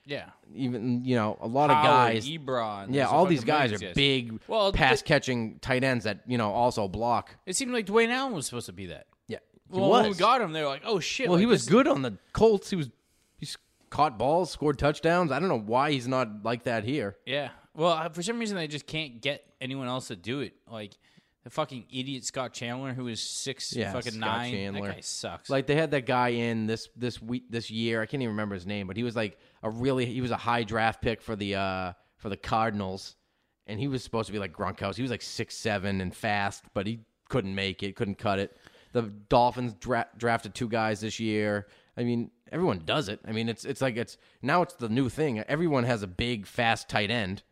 yeah. even you know a lot of Howard, guys. Ebron. yeah, there's a all these fucking guys millions are of big, Well, th- pass catching tight ends that you know also block. It seemed like Dwayne Allen was supposed to be that. Yeah, he Well, when we was. got him, they were like, "Oh shit!" Well, like, he was this- good on the Colts. He was he's caught balls, scored touchdowns. I don't know why he's not like that here. Yeah. Well, I- for some reason, they just can't get anyone else to do it. Like the fucking idiot Scott Chandler, who is six Yeah, fucking Scott nine. Chandler. That guy sucks. Like they had that guy in this this week this year. I can't even remember his name, but he was like a really he was a high draft pick for the uh for the Cardinals, and he was supposed to be like Gronkowski. He was like six seven and fast, but he couldn't make it, couldn't cut it. The Dolphins dra- drafted two guys this year. I mean, everyone does it. I mean, it's it's like it's now it's the new thing. Everyone has a big, fast tight end.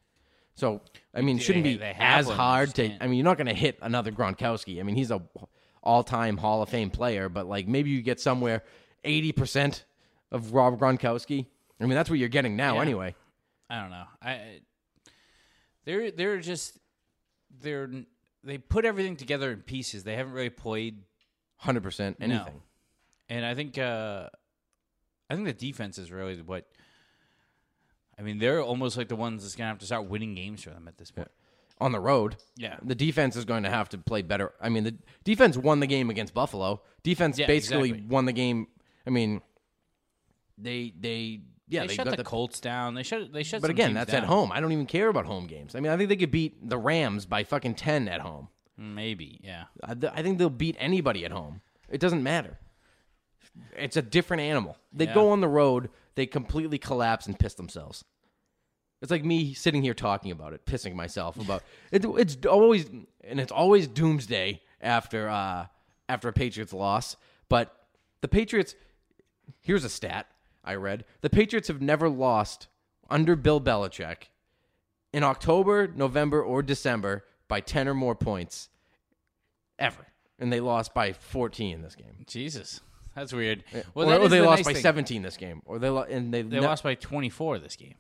So I mean, it shouldn't be they have as one, hard just to. can't. I mean, you're not going to hit another Gronkowski. I mean, he's a all-time Hall of Fame player, but like maybe you get somewhere eighty percent of Rob Gronkowski. I mean, that's what you're getting now, Yeah. anyway. I don't know. I they're they're just they're they put everything together in pieces. They haven't really played Hundred percent, No. anything. And I think uh I think the defense is really what I mean, they're almost like the ones that's gonna have to start winning games for them at this point. on the road. Yeah. The defense is going to have to play better. I mean, the defense won the game against Buffalo. Defense Yeah, basically exactly. won the game. I mean, they they yeah they, they, shut got the, Colts down. They shut they shut But some again, teams that's at down. home. I don't even care about home games. I mean, I think they could beat the Rams by fucking 10 at home. Maybe, yeah. I, th- I think they'll beat anybody at home. It doesn't matter. It's a different animal. They go Yeah. on the road, they completely collapse and piss themselves. It's like me sitting here talking about it, pissing myself <laughs> about it. It's always and it's always doomsday after uh, after a Patriots loss. But the Patriots, here's a stat I read: the Patriots have never lost under Bill Belichick in October, November, or December by ten or more points ever, and they lost by fourteen in this game. Eh, Jesus. That's weird. or, that or is they the lost nice by thing. 17 this game, or they lo- and they, They lost by 24 this game.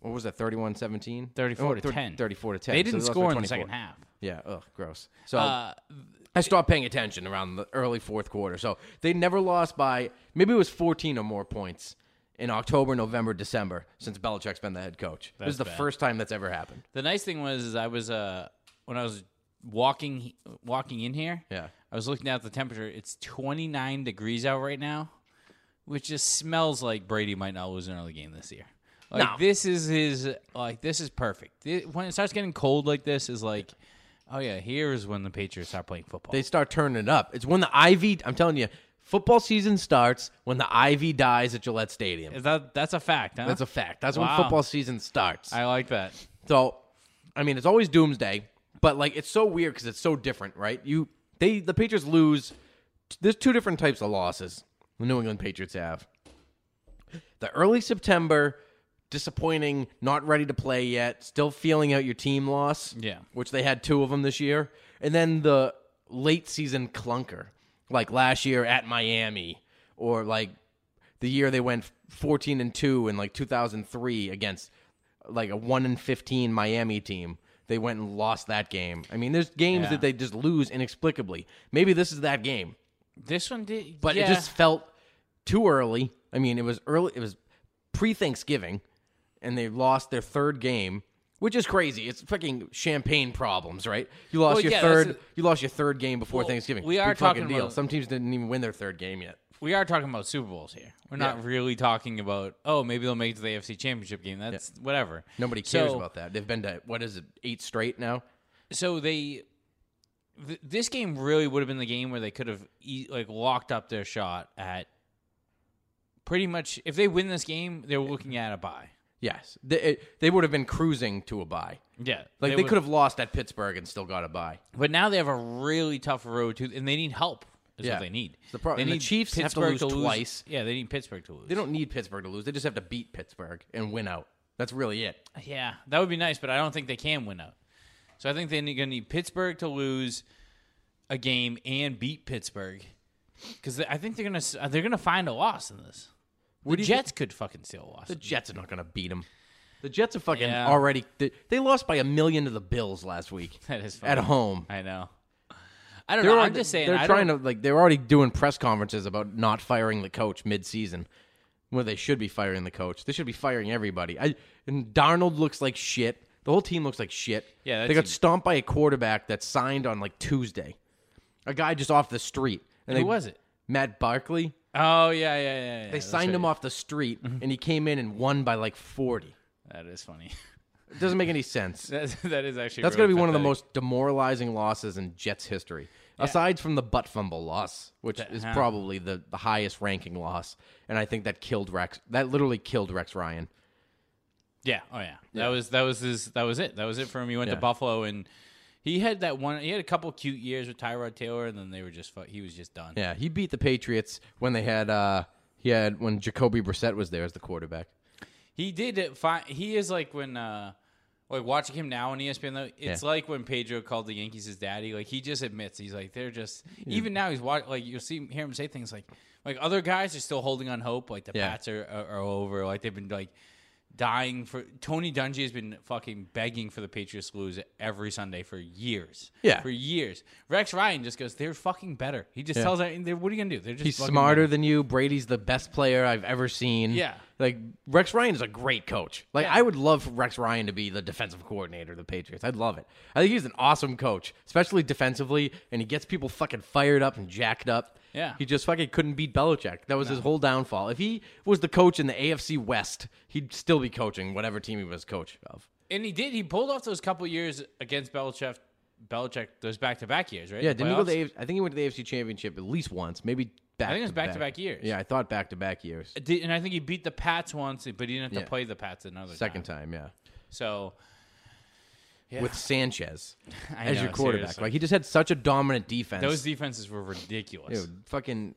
What was that? 31-17? 34 Oh, to thir- 10. 34 to 10. They So didn't lost by score in the 24. second half. Yeah, ugh, gross. So Uh, I stopped paying attention around the early fourth quarter. So they never lost by maybe it was 14 or more points in October, November, December since Belichick's been the head coach. this is the first time that's ever happened. The nice thing was is I was uh when I was walking walking in here. Yeah. I was looking at the temperature. It's 29 degrees out right now, which just smells like Brady might not lose another game this year. Like No. this is his like this is perfect. Thi- when it starts getting cold like this is like oh yeah, here's when the Patriots start playing football. They start turning it up. It's when the Ivy, I'm telling you, football season starts when the Ivy dies at Gillette Stadium. Is that that's a fact, huh? That's a fact. That's Wow. when football season starts. I like that. So, I mean, it's always doomsday, but like it's so weird because it's so different, right? You they the Patriots lose. There's two different types of losses the New England Patriots have. The early September disappointing, not ready to play yet, still feeling out your team loss. Yeah. Which they had two of them this year. And then the late season clunker, like last year at Miami or like the year they went 14 and 2 in like 2003 against like a 1 and 15 Miami team. They went and lost that game. I mean, there's games Yeah. that they just lose inexplicably. Maybe this is that game This one did, but yeah. it just felt too early. I mean, it was early. It was pre Thanksgiving, and they lost their third game, which is crazy. It's fucking champagne problems, right? You lost Well, your yeah, that's third. the- you lost your third game before Well, Thanksgiving. we are Big fucking talking deal. about- Some teams didn't even win their third game yet. we are talking about Super Bowls here. We're not Yeah. really talking about oh maybe they'll make it to the AFC Championship game. That's whatever. Nobody cares So- about that. They've been to what is it eight straight now? So they th- this game really would have been the game where they could have e- like locked up their shot at pretty much if they win this game, they're looking at a bye. Yes, they, it- they would have been cruising to a bye. Yeah. Like they would- could have lost at Pittsburgh and still got a bye. But now they have a really tough road to, and they need help. Is Yeah. what they need. The pro- they and the need Chiefs have to lose twice. Yeah, they need Pittsburgh to lose. They don't need Pittsburgh to lose. They just have to beat Pittsburgh and win out. That's really it. Yeah, that would be nice, but I don't think they can win out. So I think they're going to need Pittsburgh to lose a game and beat Pittsburgh because I think they're going to they're going to find a loss in this. The do you Jets could fucking steal a loss. The Jets are not going to beat them. The Jets are fucking Yeah. already. They, they lost by a million to the Bills last week <laughs> that is at funny. home. I know. I don't They're, know. al- I'm just saying. they're I trying don't, to like they're already doing press conferences about not firing the coach mid-season, where they should be firing the coach. They should be firing everybody. I and Darnold looks like shit. The whole team looks like shit. Yeah, that they got team- stomped by a quarterback that signed on like Tuesday, a guy just off the street. And Who they- was it? Matt Barkley. Oh yeah, yeah, yeah. yeah, They that's signed right. Mm-hmm. him off the street, and he came in and won by like forty. That is funny. It doesn't make any sense. That's, <laughs> that is actually. really That's going to be one of the pathetic. most demoralizing losses in Jets history, aside from the butt fumble loss, which is huh. probably the, the highest ranking loss. And I think that killed Rex. That literally killed Rex Ryan. Yeah. Oh yeah. That was that was his that was it. That was it for him. He went to Buffalo and he had that one. He had a couple cute years with Tyrod Taylor, and then they were just fu- he was just done. Yeah, he beat the Patriots when they had uh he had when Jacoby Brissett was there as the quarterback. He did it fine. He is like when uh like watching him now on E ESPN though, it's Yeah. like when Pedro called the Yankees his daddy. Like he just admits he's like they're just even now he's watch, like you'll see hear him say things like like other guys are still holding on hope. Like the Yeah. Pats are, are are over. Like they've been like. Dying for Tony Dungy has been fucking begging for the Patriots to lose every Sunday for years. Yeah. for years. Rex Ryan just goes, "They're fucking better." He just tells them, "They're what are you gonna do? They're just He's fucking smarter better." than you. Brady's the best player I've ever seen. Yeah. Like Rex Ryan is a great coach. Like I would love for Rex Ryan to be the defensive coordinator of the Patriots. I'd love it. I think he's an awesome coach, especially defensively, and he gets people fucking fired up and jacked up. Yeah. He just fucking couldn't beat Belichick. That was his whole downfall. If he was the coach in the AFC West, he'd still be coaching whatever team he was coach of. And he did. He pulled off those couple years against Belichick. Belichick those back to back years, right? Yeah, didn't he Playoffs? go to the AFC, I think he went to the AFC Championship at least once, maybe back I think it was to back-to-back years. Yeah, I thought back to back years. Did- and I think he beat the Pats once, but he didn't have to Yeah. play the Pats another Second time. time, yeah. So with Sanchez <laughs> I as know, your quarterback. seriously. Like he just had such a dominant defense. those defenses were ridiculous. Dude, fucking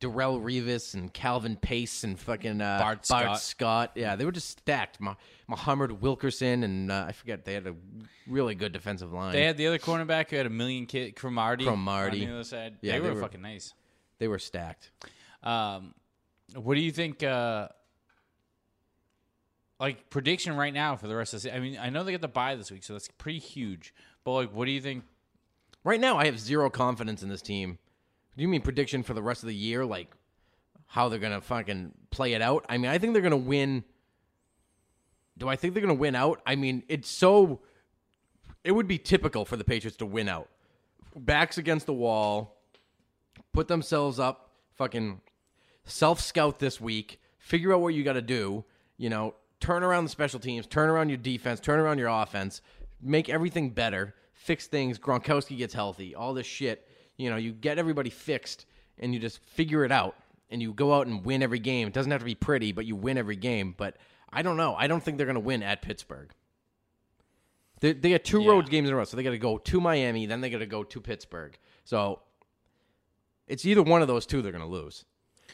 Darrell Revis and Calvin Pace and fucking uh, Bart Scott. Scott. Yeah, they were just stacked. Mah- Muhammad Wilkerson and uh, I forget they had a really good defensive line. They had the other cornerback who had a million kid, Cromartie. Cromartie. on the other side. Yeah, they, they were, were- fucking nice. They were stacked. Um, what do you think? Uh, like prediction right now for the rest of the. se- I mean, I know they get the bye this week, so that's pretty huge. But like, what do you think? Right now, I have zero confidence in this team. Do you mean prediction for the rest of the year? Like how they're gonna fucking play it out? I mean, I think they're gonna win. Do I think they're gonna win out? I mean, it's so. It would be typical for the Patriots to win out, backs against the wall, put themselves up, fucking self scout this week, figure out what you got to do. You know, turn around the special teams, turn around your defense, turn around your offense, make everything better, fix things. Gronkowski gets healthy, all this shit. You know, you get everybody fixed and you just figure it out and you go out and win every game. It doesn't have to be pretty, but you win every game. But I don't know. I don't think they're going to win at Pittsburgh. They, they got two road games in a row, so they got to go to Miami, then they got to go to Pittsburgh. So it's either one of those two they're going to lose.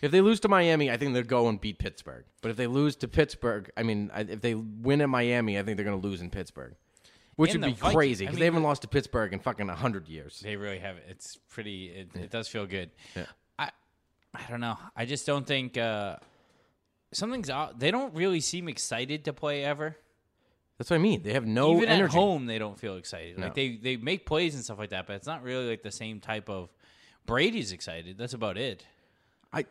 If they lose to Miami, I think they'll go and beat Pittsburgh. But if they lose to Pittsburgh, I mean, I, if they win in Miami, I think they're going to lose in Pittsburgh, which And would the be Vikings- crazy I because mean- they haven't lost to Pittsburgh in fucking hundred years. They really have. It's pretty. It, it does feel good. I, I don't know. I just don't think uh, something's. Out, they don't really seem excited to play ever. That's what I mean. They have no Even energy. at home, they don't feel excited. No. Like they they make plays and stuff like that, but it's not really like the same type of. Brady's excited. That's about it. I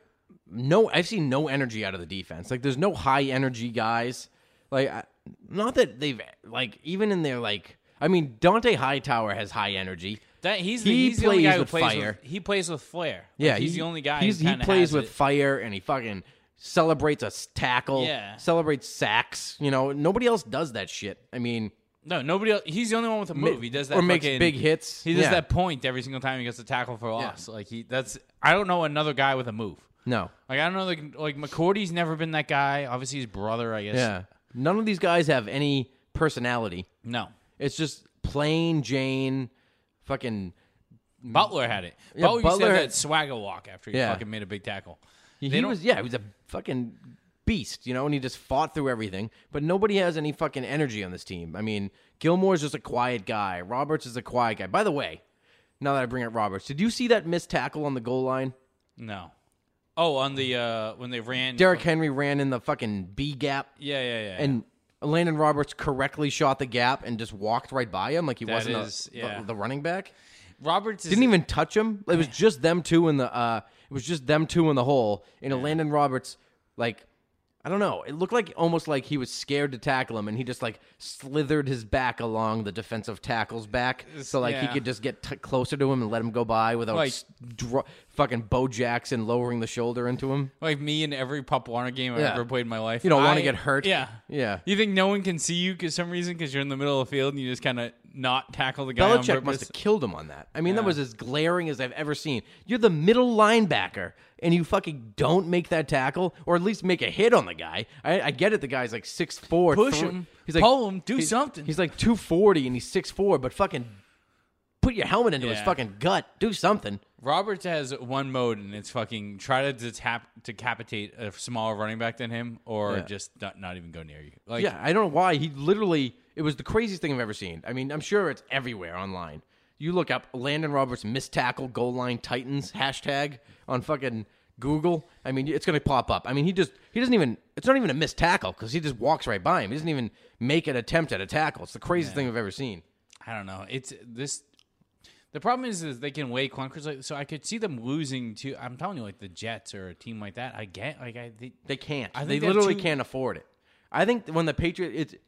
no, I've seen no energy out of the defense. Like there's no high energy guys. Like I, not that they've like even in their like. I mean, Dante Hightower has high energy. That he's the, He he's the only guy plays who with plays fire. With, he plays with flair. Like, Yeah, he's he- the only guy. who He's, he kinda plays has with it. fire and he fucking celebrates a s- tackle. Yeah. celebrates sacks. You know, nobody else does that shit. I mean, No, nobody. Else, he's the only one with a Ma- move. He does that or makes fucking- big hits. He does Yeah. that point every single time he gets a tackle for a loss. Like he, that's I don't know another guy with a move. no. Like I don't know, like, like McCourty's never been that guy. Obviously, his brother, I guess. Yeah, none of these guys have any personality. No, It's just plain Jane, fucking Butler had it. Yeah, Butler, Butler used to had- have that swagger walk after he Yeah. fucking made a big tackle. He, They he don't- was yeah, he was a fucking beast, you know, and he just fought through everything. But nobody has any fucking energy on this team. I mean, Gilmore's just a quiet guy. Roberts is a quiet guy. By the way, now that I bring up Roberts, did you see that missed tackle on the goal line? No. Oh, on the uh when they ran. Derrick Henry ran in the fucking B gap, Yeah, yeah, yeah. and Landon Roberts correctly shot the gap and just walked right by him like he That wasn't a- is- yeah. the, the running back. Roberts is, Didn't even touch him. It was just them two in the. uh It was just them two in the hole. And Landon Roberts, like, I don't know. It looked like almost like he was scared to tackle him, and he just like slithered his back along the defensive tackle's back, so like he yeah. could just get t- closer to him and let him go by without Like- s- dro- fucking Bo Jackson lowering the shoulder into him. like me in every Pop Warner game I've Yeah. ever played in my life. You don't wanna I- get hurt. Yeah, Yeah. You think no one can see you for some reason because you're in the middle of the field and you just kind of not tackle the guy. on Belichick must purpose? have killed him on that. I mean, that Yeah. was as glaring as I've ever seen. You're the middle linebacker, and you fucking don't make that tackle, or at least make a hit on the guy. I, I get it. The guy's like six four. Push him, pull him, do something. He's like two forty, and he's six four. But fucking put your helmet into his Yeah. fucking gut. Do something. Roberts has one mode, and it's fucking try to detap, decapitate a smaller running back than him, or Yeah. just not, not even go near you. Like, yeah, I don't know why he literally. It was the craziest thing I've ever seen. I mean, I'm sure it's everywhere online. You look up Landon Roberts missed tackle goal line Titans hashtag on fucking Google. I mean, it's gonna pop up. I mean, he just he doesn't even. It's not even a missed tackle because he just walks right by him. He doesn't even make an attempt at a tackle. It's the craziest thing I've ever seen. I don't know. It's this. The problem is, is they can weigh clunkers. Like, so I could see them losing to. I'm telling you, like the Jets or a team like that. I get like I. They, They can't. I think They they're literally too- can't afford it. I think when the Patriots, it's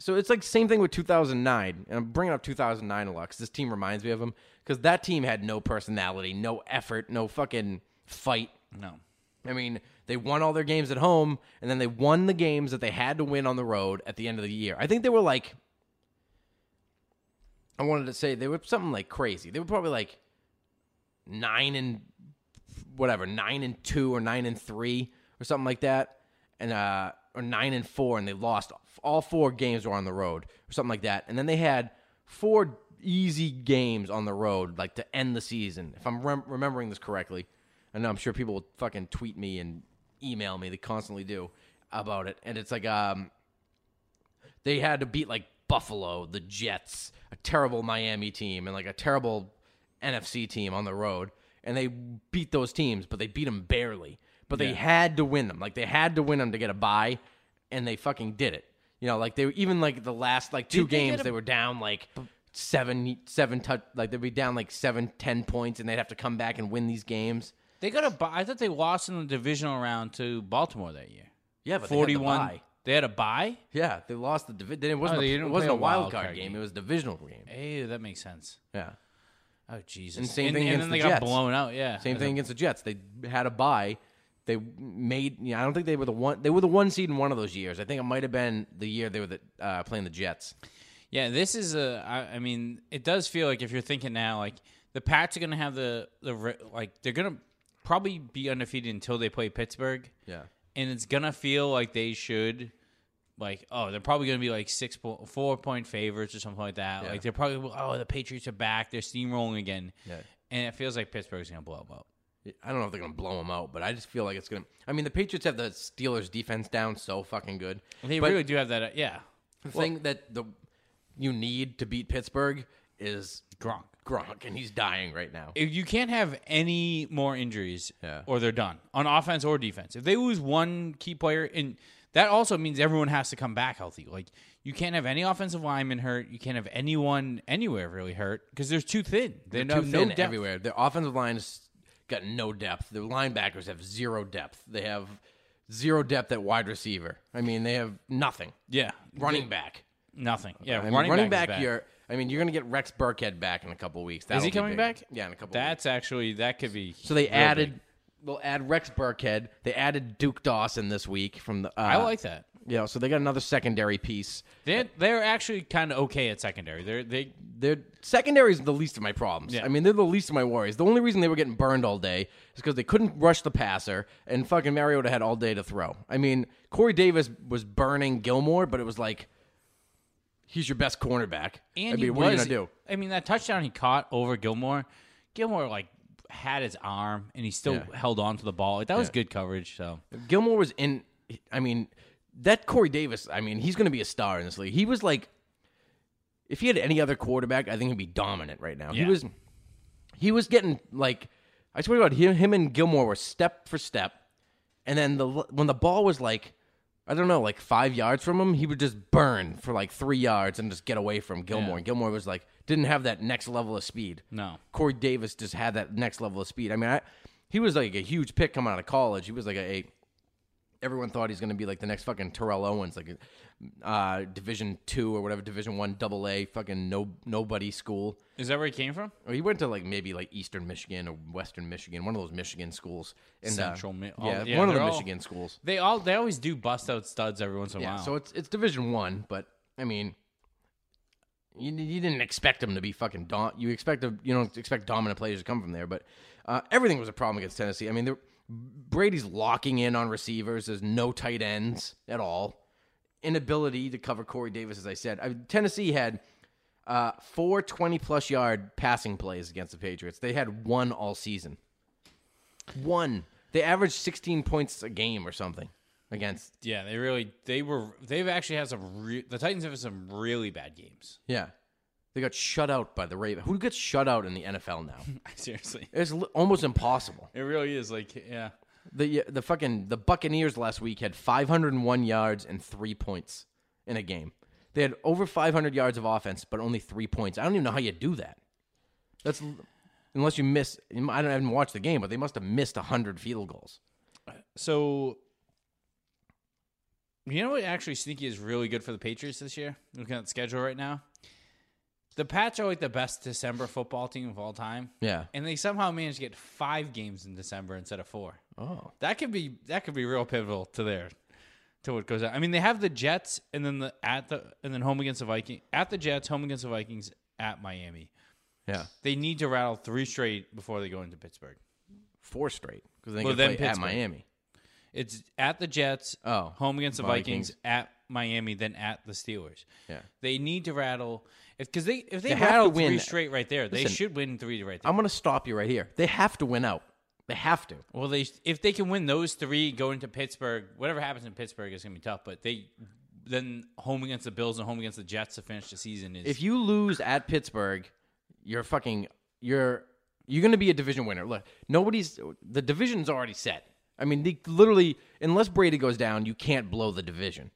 so it's like same thing with 2009, and I'm bringing up 2009 a lot because this team reminds me of them because that team had no personality, no effort, no fucking fight. no. I mean, they won all their games at home, and then they won the games that they had to win on the road at the end of the year. I think they were like, I wanted to say they were something like crazy. They were probably like nine and whatever, nine and two or nine and three or something like that, and uh, or nine and four, and they lost all four games were on the road or something like that, and then they had four easy games on the road like to end the season. If I'm rem- remembering this correctly, I know I'm sure people will fucking tweet me and email me. They constantly do about it, and it's like um, they had to beat like Buffalo, the Jets, a terrible Miami team, and like a terrible NFC team on the road. And they beat those teams, but they beat them barely. But they had to win them. Like they had to win them to get a bye, and they fucking did it. You know, like they were even like the last like two Did they get games a- they were down like seven seven touch like they'd be down like seven ten points and they'd have to come back and win these games. They got a. bu- I thought they lost in the divisional round to Baltimore that year. Yeah, but Forty-one. They had a bye. Yeah, they lost the division. It Oh, wasn't a, they it didn't wasn't play a wild card game. It was a divisional game. Hey, that makes sense. Yeah. Oh Jesus! And same thing And against then they the got Jets. blown out. Yeah. Same thing against the Jets. They had a bye. They made. You know, I don't think they were the one. They were the one seed in one of those years. I think it might have been the year they were the, uh, playing the Jets. Yeah, this is a. I, I mean, it does feel like if you're thinking now, like the Pats are gonna have the the re- like they're gonna probably be undefeated until they play Pittsburgh. Yeah. and it's gonna feel like they should, like oh, they're probably gonna be like six po- four point favorites or something like that. Like they're probably oh the Patriots are back, they're steamrolling again. Yeah. and it feels like Pittsburgh's gonna blow them up. I don't know if they're going to blow them out, but I just feel like it's going to. I mean, the Patriots have the Steelers defense down so fucking good. They But really do have that. uh, yeah, The thing that the you need to beat Pittsburgh is Gronk. Gronk, and he's dying right now. If you can't have any more injuries, Yeah. or they're done on offense or defense. If they lose one key player, and that also means everyone has to come back healthy. Like you can't have any offensive lineman hurt. You can't have anyone anywhere really hurt because there's too thin. They They're have too no thin depth. everywhere. Their offensive line's got no depth. Their linebackers have zero depth. They have zero depth at wide receiver. I mean, they have nothing. Yeah, Running back. nothing. Yeah, I mean, running, back. is bad. you're. I mean, you're going to get Rex Burkhead back in a couple weeks. That'll he be coming big. back? Yeah, in a couple. weeks. That's actually that could be. So they real added. big. We'll add Rex Burkhead. They added Duke Dawson this week from the. Uh, I like that. You know, so they got another secondary piece. They're, they're actually kind of okay at secondary. They're they Their secondary is the least of my problems. Yeah. I mean, they're the least of my worries. The only reason they were getting burned all day is because they couldn't rush the passer, and fucking Mariota had all day to throw. I mean, Corey Davis was burning Gilmore, but it was like, he's your best cornerback. and I he mean, what was, are you gonna do? I mean that touchdown he caught over Gilmore. Gilmore like had his arm and he still Yeah. held on to the ball. Like, that was Yeah. good coverage. So Gilmore was in. I mean, that Corey Davis. I mean, he's going to be a star in this league. He was like, if he had any other quarterback, I think he'd be dominant right now. Yeah. He was, he was getting like, I swear to God, him, him and Gilmore were step for step, and then the when the ball was like. I don't know, like five yards from him, he would just burn for like three yards and just get away from Gilmore. Yeah. And Gilmore was like, didn't have that next level of speed. No. Corey Davis just had that next level of speed. I mean, I, he was like a huge pick coming out of college. He was like a everyone thought he's going to be like the next fucking Terrell Owens, like uh, Division two or whatever, Division one, double A, fucking no nobody school. is that where he came from? Or he went to like maybe like Eastern Michigan or Western Michigan, one of those Michigan schools. And, uh, Central Mi- all- yeah, yeah, one of they're the all- Michigan schools. They all they always do bust out studs every once in a Yeah, while. so it's it's Division One, but I mean, you, you didn't expect them to be fucking dom. You expect a, you don't expect dominant players to come from there, but uh, everything was a problem against Tennessee. I mean, there- Brady's locking in on receivers. There's no tight ends at all. Inability to cover Corey Davis, as I said. I, Tennessee had uh, four 20 plus yard passing plays against the Patriots. They had one all season. One. They averaged 16 points a game or something against yeah, they really they were they've actually had some re- the Titans have had some really bad games. Yeah. They got shut out by the Ravens. Who gets shut out in the <laughs> NFL now? Seriously, It's l- almost impossible. it really is like yeah. The the fucking the Buccaneers last week had 501 yards and 3 points in a game. They had over 500 yards of offense but only 3 points. I don't even know how you do that. That's l- unless you miss I don't I haven't watched the game, but they must have missed 100 field goals. So, you know what actually sneaky is really good for the Patriots this year? Looking at the schedule right now, the Pats are like the best December football team of all time. Yeah. and they somehow managed to get five games in December instead of four. Oh. That could be that could be real pivotal to their to what goes on. I mean, they have the Jets and then the at the and then home against the Vikings at the Jets, home against the Vikings at Miami. Yeah. They need to rattle three straight before they go into Pittsburgh. Four straight cuz they Well, well, then play at Pittsburgh. Miami. It's at the Jets, Oh, home against the Vikings, Vikings. at Miami, then at the Steelers. Yeah. They need to rattle if because they if they, They have to rattle three win. straight right there, they Listen, should win three right there. I'm going to stop you right here. They have to win out. They have to. well, they if they can win those three, go into Pittsburgh. Whatever happens in Pittsburgh is gonna be tough, but they then home against the Bills and home against the Jets to finish the season is if you lose at Pittsburgh, you're fucking you're you're going to be a division winner. Look, nobody's the division's already set. I mean, they, literally, unless Brady goes down, you can't blow the division.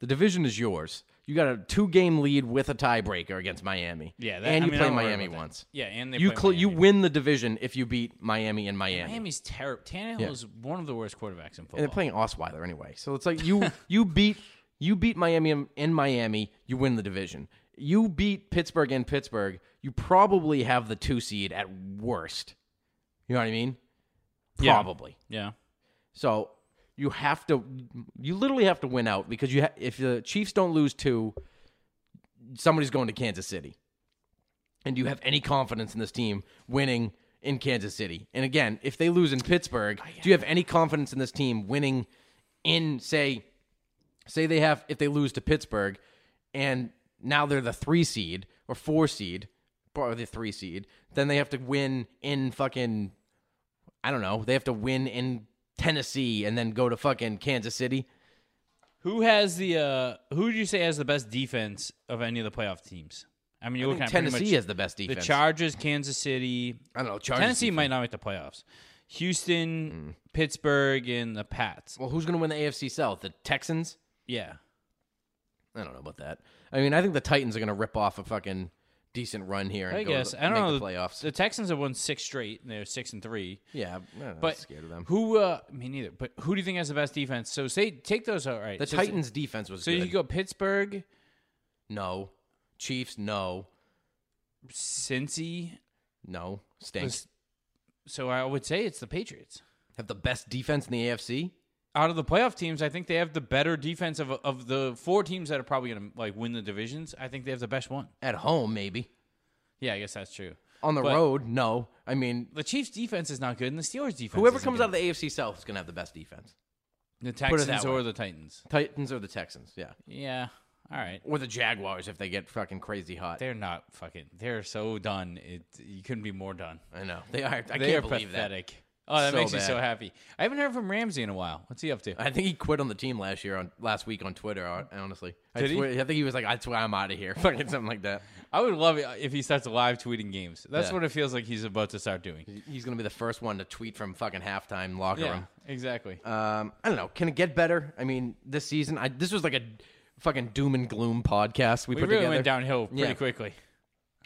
The division is yours. You got a two game lead with a tiebreaker against Miami. yeah, that, and I you mean, I play don't worry Miami about that. once. Yeah, and they You play cl- you Miami. win the division if you beat Miami and Miami. Miami's terrible. Tannehill is one of the worst quarterbacks in and football. they're playing Osweiler anyway. So it's like you <laughs> you beat you beat Miami in- in Miami, you win the division. You beat Pittsburgh in Pittsburgh, you probably have the two seed at worst. You know what I mean? Yeah. Probably. yeah, So you have to you literally have to win out because you ha- if the Chiefs don't lose two, somebody's going to Kansas City. And do you have any confidence in this team winning in Kansas City? And again, if they lose in Pittsburgh, do you have any confidence in this team winning in say say they have if they lose to Pittsburgh and now they're the 3 seed or 4 seed, or the 3 seed, then they have to win in fucking I don't know. They have to win in Tennessee and then go to fucking Kansas City. Who has the uh who would you say has the best defense of any of the playoff teams? I mean, you're I looking think at pretty Tennessee much has the best defense. The Chargers, Kansas City. I don't know. Chargers Tennessee defense. might not make the playoffs. Houston, Pittsburgh, and the Pats. Well, who's going to win the AFC South? The Texans? Yeah. I don't know about that. I mean, I think the Titans are going to rip off a fucking decent run here. And I go to guess. the- I don't make know. the playoffs. The Texans have won six straight, and they're six and three. yeah, I'm not But scared of them. who? Uh, me neither. But who do you think has the best defense? So say take those. All right. the so, Titans' defense was So good. you go Pittsburgh, no, Chiefs. No, Cincy. no, stinks. So I would say it's the Patriots. Have the best defense in the AFC. Out of the playoff teams, I think they have the better defense of of the four teams that are probably going to like win the divisions. I think they have the best one. At home, maybe. Yeah, I guess that's true. On the But- road, no. I mean, The Chiefs' defense is not good, and the Steelers' defense. whoever isn't comes good. out of the AFC South is going to have the best defense. the it that Texans or way. the Titans. Titans or the Texans, yeah, Yeah. All right. or the Jaguars if they get fucking crazy hot. They're not fucking. They're so done. It you couldn't be more done. I know they are. I they can't are believe pathetic. Oh, that So makes me so bad. happy. I haven't heard from Ramsey in a while. What's he up to? that. I think he quit on the team last year on last week on Twitter. hon- Honestly, I, Did he? swear, I think he was like, "I swear I'm out of here," <laughs> fucking something like that. I would love it if he starts live tweeting games. That's Yeah. what it feels like he's about to start doing. He's gonna be the first one to tweet from fucking halftime locker Yeah, room. exactly. Um, I don't know. Can it get better? I mean, this season, I this was like a fucking doom and gloom podcast we, we put really together. went downhill pretty Yeah. quickly.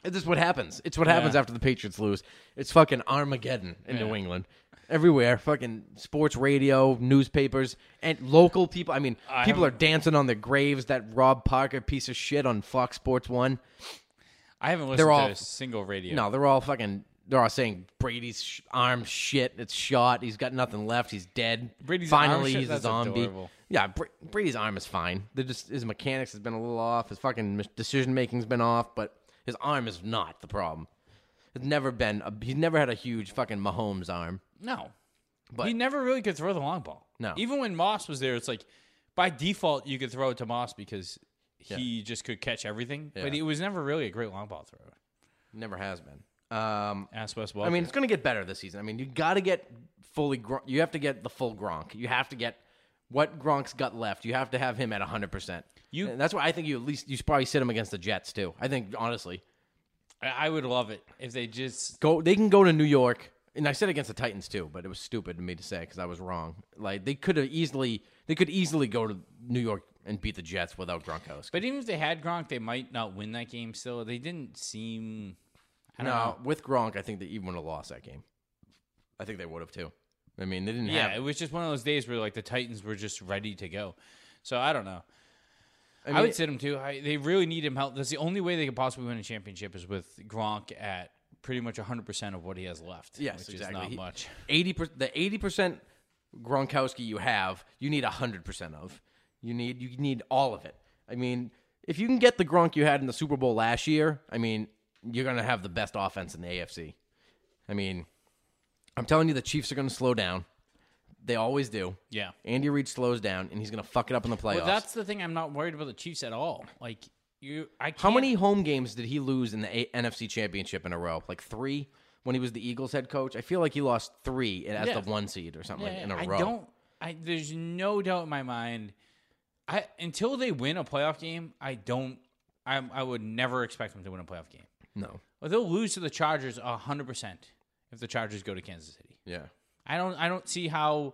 This is what happens. It's what happens Yeah. after the Patriots lose. It's fucking Armageddon in Yeah. New England. Everywhere, fucking sports radio, newspapers, and local people. I mean, I people are dancing on their graves. That Rob Parker piece of shit on Fox Sports One. I haven't listened They're to all- a single radio. No, they're all fucking. They're all saying Brady's sh- arm shit. It's shot. He's got nothing left. He's dead. Brady's finally arm shit? he's That's a zombie. adorable. Yeah, Br- Brady's arm is fine. They're just his mechanics has been a little off. His fucking mis- decision making's been off, but his arm is not the problem. It's never been. A, he's never had a huge fucking Mahomes arm. no. But- he never really could throw the long ball. No. Even when Moss was there, it's like by default you could throw it to Moss because he just could catch everything. But Yeah. it was never really a great long ball thrower. Never has been. Um, Ask Wes I Welker. mean, it's going to get better this season. I mean, you got to get fully. Gron- you have to get the full Gronk. You have to get what Gronk's got left. You have to have him at hundred percent. You- And that's why I think you at least you should probably sit him against the Jets too. I think honestly, I I would love it if they just go they can go to New York. And I said against the Titans too, but it was stupid to me to say because I was wrong. Like they could have easily they could easily go to New York and beat the Jets without Gronkowski. But even if they had Gronk, they might not win that game still. They didn't seem. I no, don't know. with Gronk, I think they even would have lost that game. I think they would have too. I mean, they didn't Yeah, have. it was just one of those days where like the Titans were just ready to go. So I don't know. I, mean- would sit him too. I, they really need him help. That's the only way they could possibly win a championship is with Gronk at pretty much 100% of what he has left. Yes, which exactly. is not He- much. Eighty per- the eighty percent Gronkowski you have, you need hundred percent of. You need you need all of it. I mean, if you can get the Gronk you had in the Super Bowl last year, I mean, you're gonna have the best offense in the AFC. I mean, I'm telling you, the Chiefs are gonna slow down. They always do. Yeah. Andy Reid slows down, and he's gonna fuck it up in the playoffs. But that's the thing. I'm not worried about the Chiefs at all. Like you, I can't, How many home games did he lose in the A- NFC Championship in a row? Like three when he was the Eagles head coach. I feel like he lost three as Yeah. the one seed or something like, Yeah, in a I row. don't. I there's no doubt in my mind. I until they win a playoff game, I don't. I I would never expect them to win a playoff game. No. Well, they'll lose to the Chargers hundred percent if the Chargers go to Kansas City. Yeah. I don't. I don't see how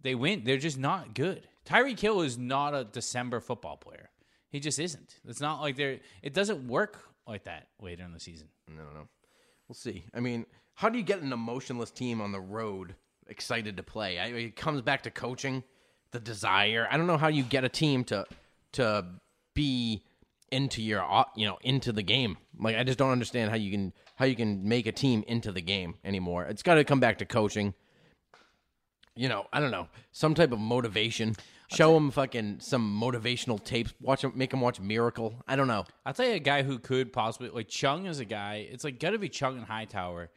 they win. They're just not good. Tyreek Hill is not a December football player. He just isn't. It's not like they're. It doesn't work like that later in the season. I don't know. We'll see. I mean, how do you get an emotionless team on the road excited to play? I, it comes back to coaching, the desire. I don't know how you get a team to to be into your au- you know into the game. Like I just don't understand how you can how you can make a team into the game anymore. It's got to come back to coaching. You know, I don't know some type of motivation. Show them fucking some motivational tapes. Watch them, make them watch Miracle. I don't know. I'll tell you a guy who could possibly like Chung is a guy. It's like gotta be Chung and Hightower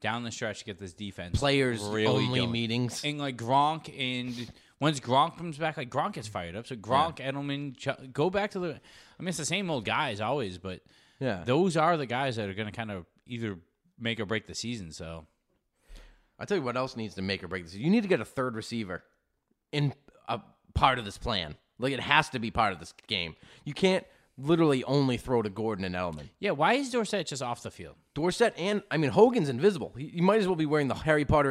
down the stretch to get this defense Players really only going. meetings. and like Gronk and once Gronk comes back, like Gronk gets fired up. So Gronk, Edelman, Ch- go back to the. I mean, it's the same old guys always, but Yeah. those are the guys that are gonna kind of either make or break the season. So I tell you what else needs to make or break this. You need to get a third receiver in a part of this plan. Like it has to be part of this game. You can't literally only throw to Gordon and Edelman. Yeah, why is Dorsett just off the field? Dorset and I mean Hogan's invisible. He, he might as well be wearing the Harry Potter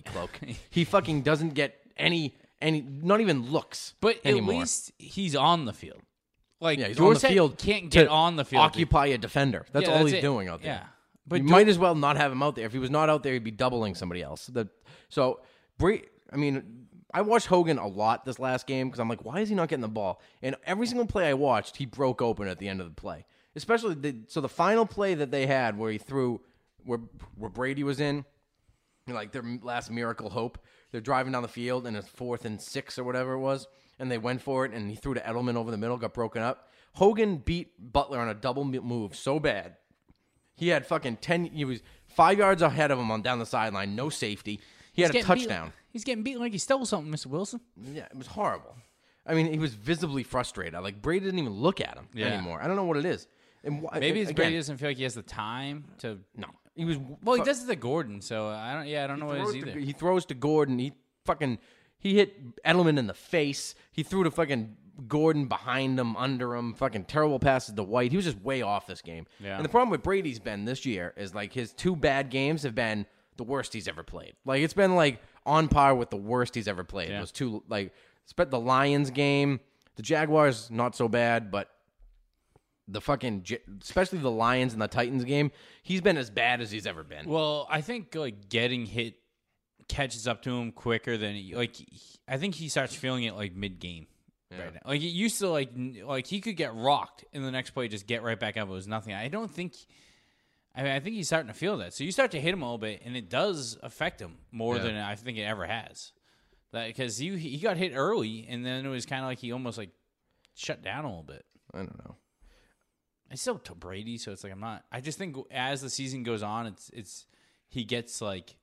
<laughs> cloak. he fucking doesn't get any any not even looks. But anymore. at least he's on the field. Like yeah, he's Dorsett on the field. can't to get on the field. Occupy a defender. That's Yeah, all that's he's it. doing out there. Yeah. But But you do- might as well not have him out there. If he was not out there, he'd be doubling somebody else. The, so, Bree, I mean, I watched Hogan a lot this last game because I'm like, why is he not getting the ball? And every single play I watched, he broke open at the end of the play. Especially the so the final play that they had where he threw where where Brady was in, you know, like their last miracle hope. They're driving down the field and it's fourth and six or whatever it was, and they went for it and he threw to Edelman over the middle, got broken up. Hogan beat Butler on a double m- move so bad. He had fucking ten. He was five yards ahead of him on down the sideline, no safety. He had a touchdown. he's getting beat like he stole something, Mr. Wilson. Yeah, it was horrible. I mean, he was visibly frustrated. Like Brady didn't even look at him Yeah. anymore. I don't know what it is. And why, Maybe it's again, Brady doesn't feel like he has the time to. No, he was. Well, he does it to Gordon, so I don't. Yeah, I don't know what it is throws either. to- he throws to Gordon. He fucking he hit Edelman in the face. He threw to fucking Gordon behind him, under him. Fucking terrible passes to White. He was just way off this game. Yeah. And the problem with Brady's been this year is like his two bad games have been the worst he's ever played. Like it's been like on par with the worst he's ever played. Those two like spent the Lions game, the Jaguars not so bad, but the fucking J- especially the Lions and the Titans game, he's been as bad as he's ever been. Well, I think like getting hit catches up to him quicker than he, like he- I think he starts feeling it like mid game. Right now. Like it used to like n- like he could get rocked and the next play just get right back up. It was nothing. I don't think. I mean, I think he's starting to feel that. So you start to hit him a little bit, and it does affect him more Yeah. than I think it ever has. That because he he got hit early, and then it was kind of like he almost like shut down a little bit. I don't know. I still to Brady, so it's like I'm not. I just think as the season goes on, it's it's he gets like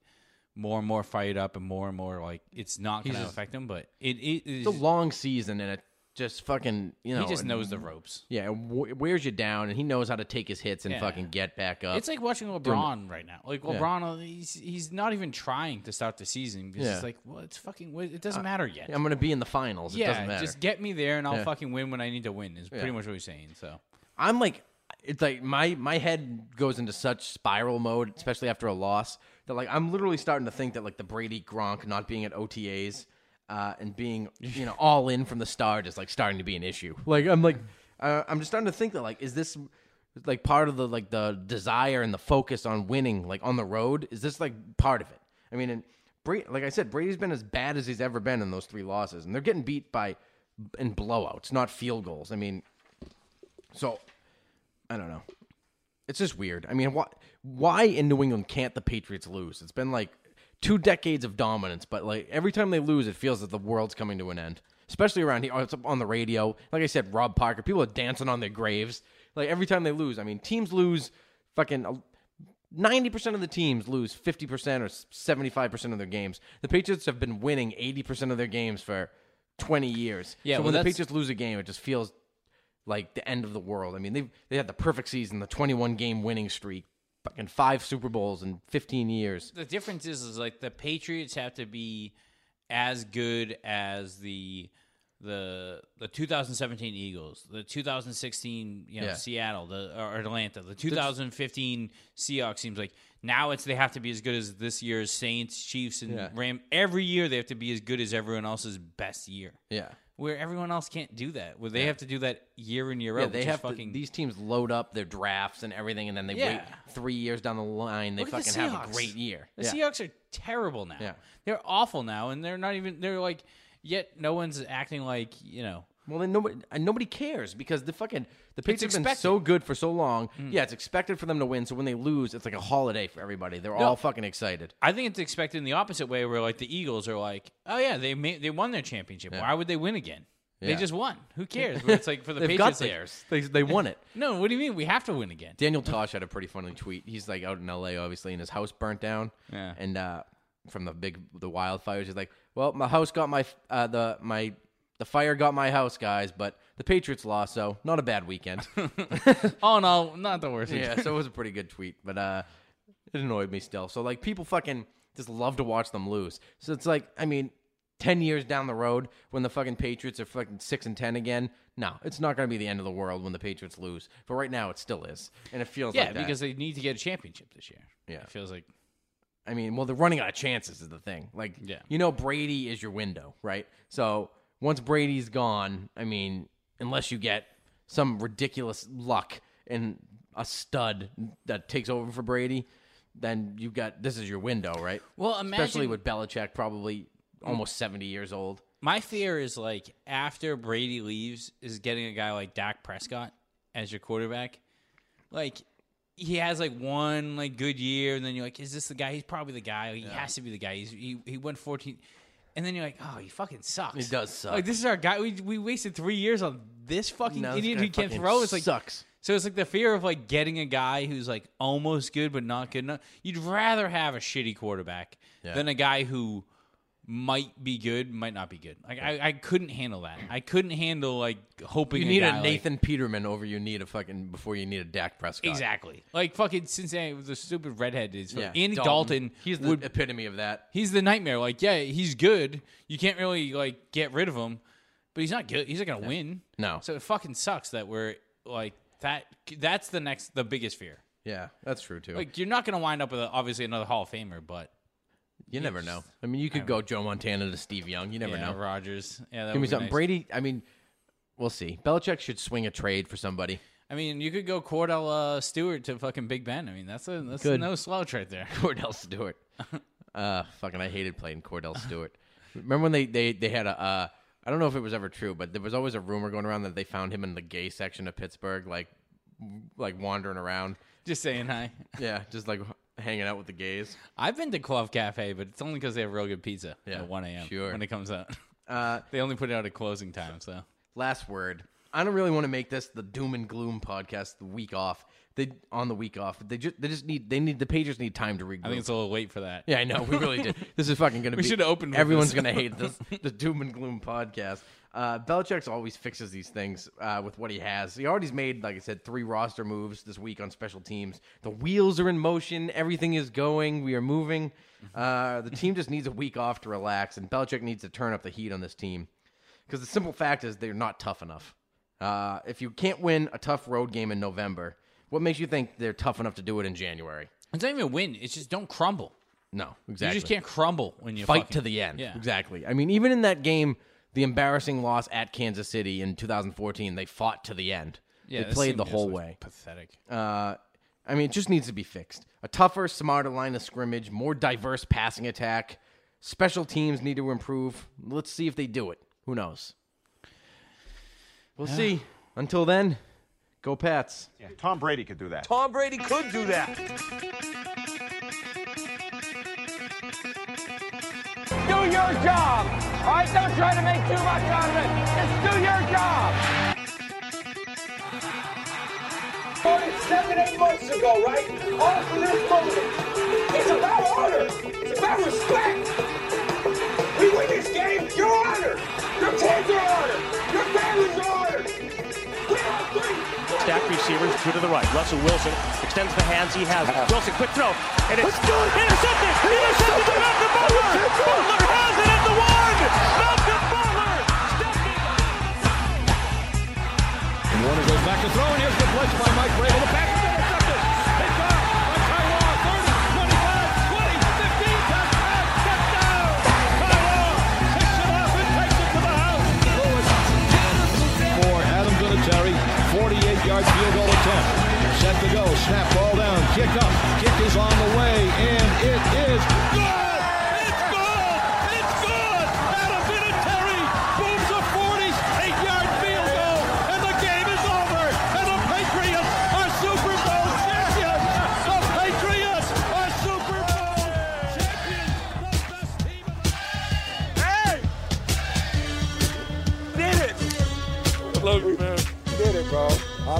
more and more fired up and more and more like it's not going to just- affect him, but it it is. it's a long season and it just fucking you know he just it- knows the ropes. yeah it w- wears you down and he knows how to take his hits and Yeah. fucking get back up It's like watching LeBron right now. Like LeBron, uh, he's he's not even trying to start the season because Yeah. it's like, well, it's fucking. wa- It doesn't matter yet. i'm gonna be in the finals it doesn't yeah, matter just get me there and I'll Yeah. fucking win when I need to win. Is Yeah. pretty much what he's saying. So i'm like it's like my my head goes into such spiral mode especially after a loss that like i'm literally starting to think that like the brady gronk not being at otas uh, and being you know all in from the start is like starting to be an issue like i'm like uh, i'm just starting to think that like is this like part of the like the desire and the focus on winning like on the road is this like part of it i mean and Brady, like i said brady's been as bad as he's ever been in those three losses and they're getting beat by in blowouts not field goals i mean so i don't know it's just weird i mean why why in new england can't the patriots lose it's been like two decades of dominance but like every time they lose it feels that the world's coming to an end especially around here it's up on the radio like i said rob parker people are dancing on their graves like every time they lose i mean teams lose fucking uh, 90% of the teams lose 50% or 75% of their games. The Patriots have been winning 80% of their games for 20 years. Yeah, so well, when the that's- Patriots lose a game, it just feels like the end of the world. I mean, they they had the perfect season, the 21 game winning streak, fucking five Super Bowls in 15 years. the difference is is like the Patriots have to be as good as the the the 2017 Eagles, the 2016 you know Yeah. Seattle, the or Atlanta, the 2015 Seahawks seems like now it's they have to be as good as this year's Saints, Chiefs and Yeah. Ram every year they have to be as good as everyone else's best year. Yeah. Where everyone else can't do that. Where they have to do that year in year out. Yeah, which they is have to- fucking these teams load up their drafts and everything, and then they wait Yeah. three years down the line. They Look at the fucking have a Seahawks. great year. The yeah. Seahawks are terrible now. Yeah. They're awful now, and they're not even. They're like, yet no one's acting like you know. Well, then nobody and nobody cares because the fucking the Patriots have been expected. Mm. so good for so long. Yeah, it's expected for them to win. So when they lose, it's like a holiday for everybody. They're all fucking excited. I think it's expected in the opposite way, where like the Eagles are like, oh yeah, they ma- they won their championship. Why would they win again? They Yeah. just won. <laughs> Who cares? But it's like for the They've Patriots, got like, theirs. They they won it. no, what do you mean? We have to win again. Daniel Tosh had a pretty funny tweet. He's like out in L.A. obviously, and his house burnt down. Yeah. And uh, from the big the wildfires, he's like, "Well, my house got my f- uh, the my the fire got my house, guys, but the Patriots lost, so not a bad weekend." <laughs> Oh no, not the worst. yeah, so it was a pretty good tweet, but uh, it annoyed me still. So like people fucking just love to watch them lose. So it's like, I mean, ten years down the road, when the fucking Patriots are fucking six and ten again, no, it's not going to be the end of the world when the Patriots lose. But right now, it still is, and it feels Yeah, like that. because they need to get a championship this year. Yeah. It feels like I mean, well, they're running out of chances is the thing. Like, Yeah. you know, Brady is your window, right? So once Brady's gone, I mean, unless you get some ridiculous luck and a stud that takes over for Brady, then you've got this is your window, right? Well, especially imagine- with Belichick, probably almost seventy years old. my fear is like after Brady leaves is getting a guy like Dak Prescott as your quarterback. Like he has like one like good year and then you're like is this the guy? He's probably the guy. He has to be the guy. He's, he he went 14 and then you're like, "Oh, he fucking sucks." He does suck. Like this is our guy. We we wasted 3 years on this fucking Now this idiot guy who can't fucking throw. It's like sucks. So it's like the fear of like getting a guy who's like almost good but not good enough. You'd rather have a shitty quarterback than a guy who might be good, might not be good. Like I, I couldn't handle that. I couldn't handle like hoping You need a, a guy, like- Nathan Peterman over you need a fucking before you need a Dak Prescott. exactly like fucking Cincinnati with the stupid redhead dude. So Yeah. Andy Dalton, he's the would epitome of that. he's the nightmare. Like yeah, he's good. You can't really like get rid of him, but he's not good. He's not gonna win. No. So it fucking sucks that we're like that. That's the next the biggest fear. Yeah, that's true too. Like you're not going to wind up with a, obviously another Hall of Famer, but You never know. I mean, you could go Joe Montana to Steve Young. You never yeah, know. Rogers. Yeah, that would Give me be something. nice. Brady. I mean, we'll see. Belichick should swing a trade for somebody. I mean, you could go Cordell uh, Stewart to fucking Big Ben. I mean, that's a that's Good. no slouch right there. <laughs> Cordell Stewart. uh, fucking, I hated playing Cordell Stewart. Remember when they they they had a. Uh, I don't know if it was ever true, but there was always a rumor going around that they found him in the gay section of Pittsburgh, like like wandering around. Just saying hi. <laughs> Yeah, just like hanging out with the gays. I've been to Clove Cafe, but it's only because they have real good pizza Yeah, at 1 a.m. sure. when it comes out. Uh, they only put it out at closing time, so last word. I don't really want to make this the doom and gloom podcast. The week off, they on the week off. They just they just need they need the Patriots need time to regroup. I think it's a little late for that. yeah, I know we really <laughs> did. This is fucking gonna. We be, should open with Everyone's this. gonna <laughs> hate this the doom and gloom podcast. Uh, Belichick's always fixes these things uh, with what he has. He already's made, like I said, three roster moves this week on special teams. The wheels are in motion. Everything is going. We are moving. Mm-hmm. Uh, the team just needs a week off to relax, and Belichick needs to turn up the heat on this team because the simple fact is they're not tough enough. Uh, if you can't win a tough road game in November, what makes you think they're tough enough to do it in January? It's not even a win. It's just don't crumble. No, exactly. You just can't crumble when you fight fucking- to the end. Yeah. Exactly. I mean, even in that game, the embarrassing loss at Kansas City in 2014, they fought to the end. Yeah, they this played team the just whole looks way. Pathetic. Uh, I mean, it just needs to be fixed. A tougher, smarter line of scrimmage, more diverse passing attack. Special teams need to improve. Let's see if they do it. Who knows? We'll see. Until then, go Pats. Tom Brady could do that. Tom Brady could do that. Do your job. All right, don't try to make too much out of it. Just do your job. More than seven, eight months ago, right? On to this moment. It's about order. It's about respect. We win this game, you're honored. Your kids are honored. Your family's honored. We are three. Stack receivers, two to the right. Russell Wilson extends the hands he has. Wilson, quick throw. And it's intercepted. Intercepted by Malcolm Butler. Butler has it at the one. Malcolm Butler. Warner goes back to throw, and here's the blitz by Mike Brady. The pass is intercepted. It's caught by Tyrone. 30, 25, 20, 15, touchdown, touchdown. Tyrone picks it up and takes it to the house. Lewis. For Adam Vinatieri, 48-yard field goal attempt. Set to go, snap ball down, kick up. Kick is on the way, and it is good. It's good. It's good. Adam Vinatieri booms a 48-yard field goal, and the game is over. And the Patriots are Super Bowl champions. The Patriots are Super Bowl champions. The best team in the Hey! Did it! Love you, man. did it, bro. I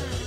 man.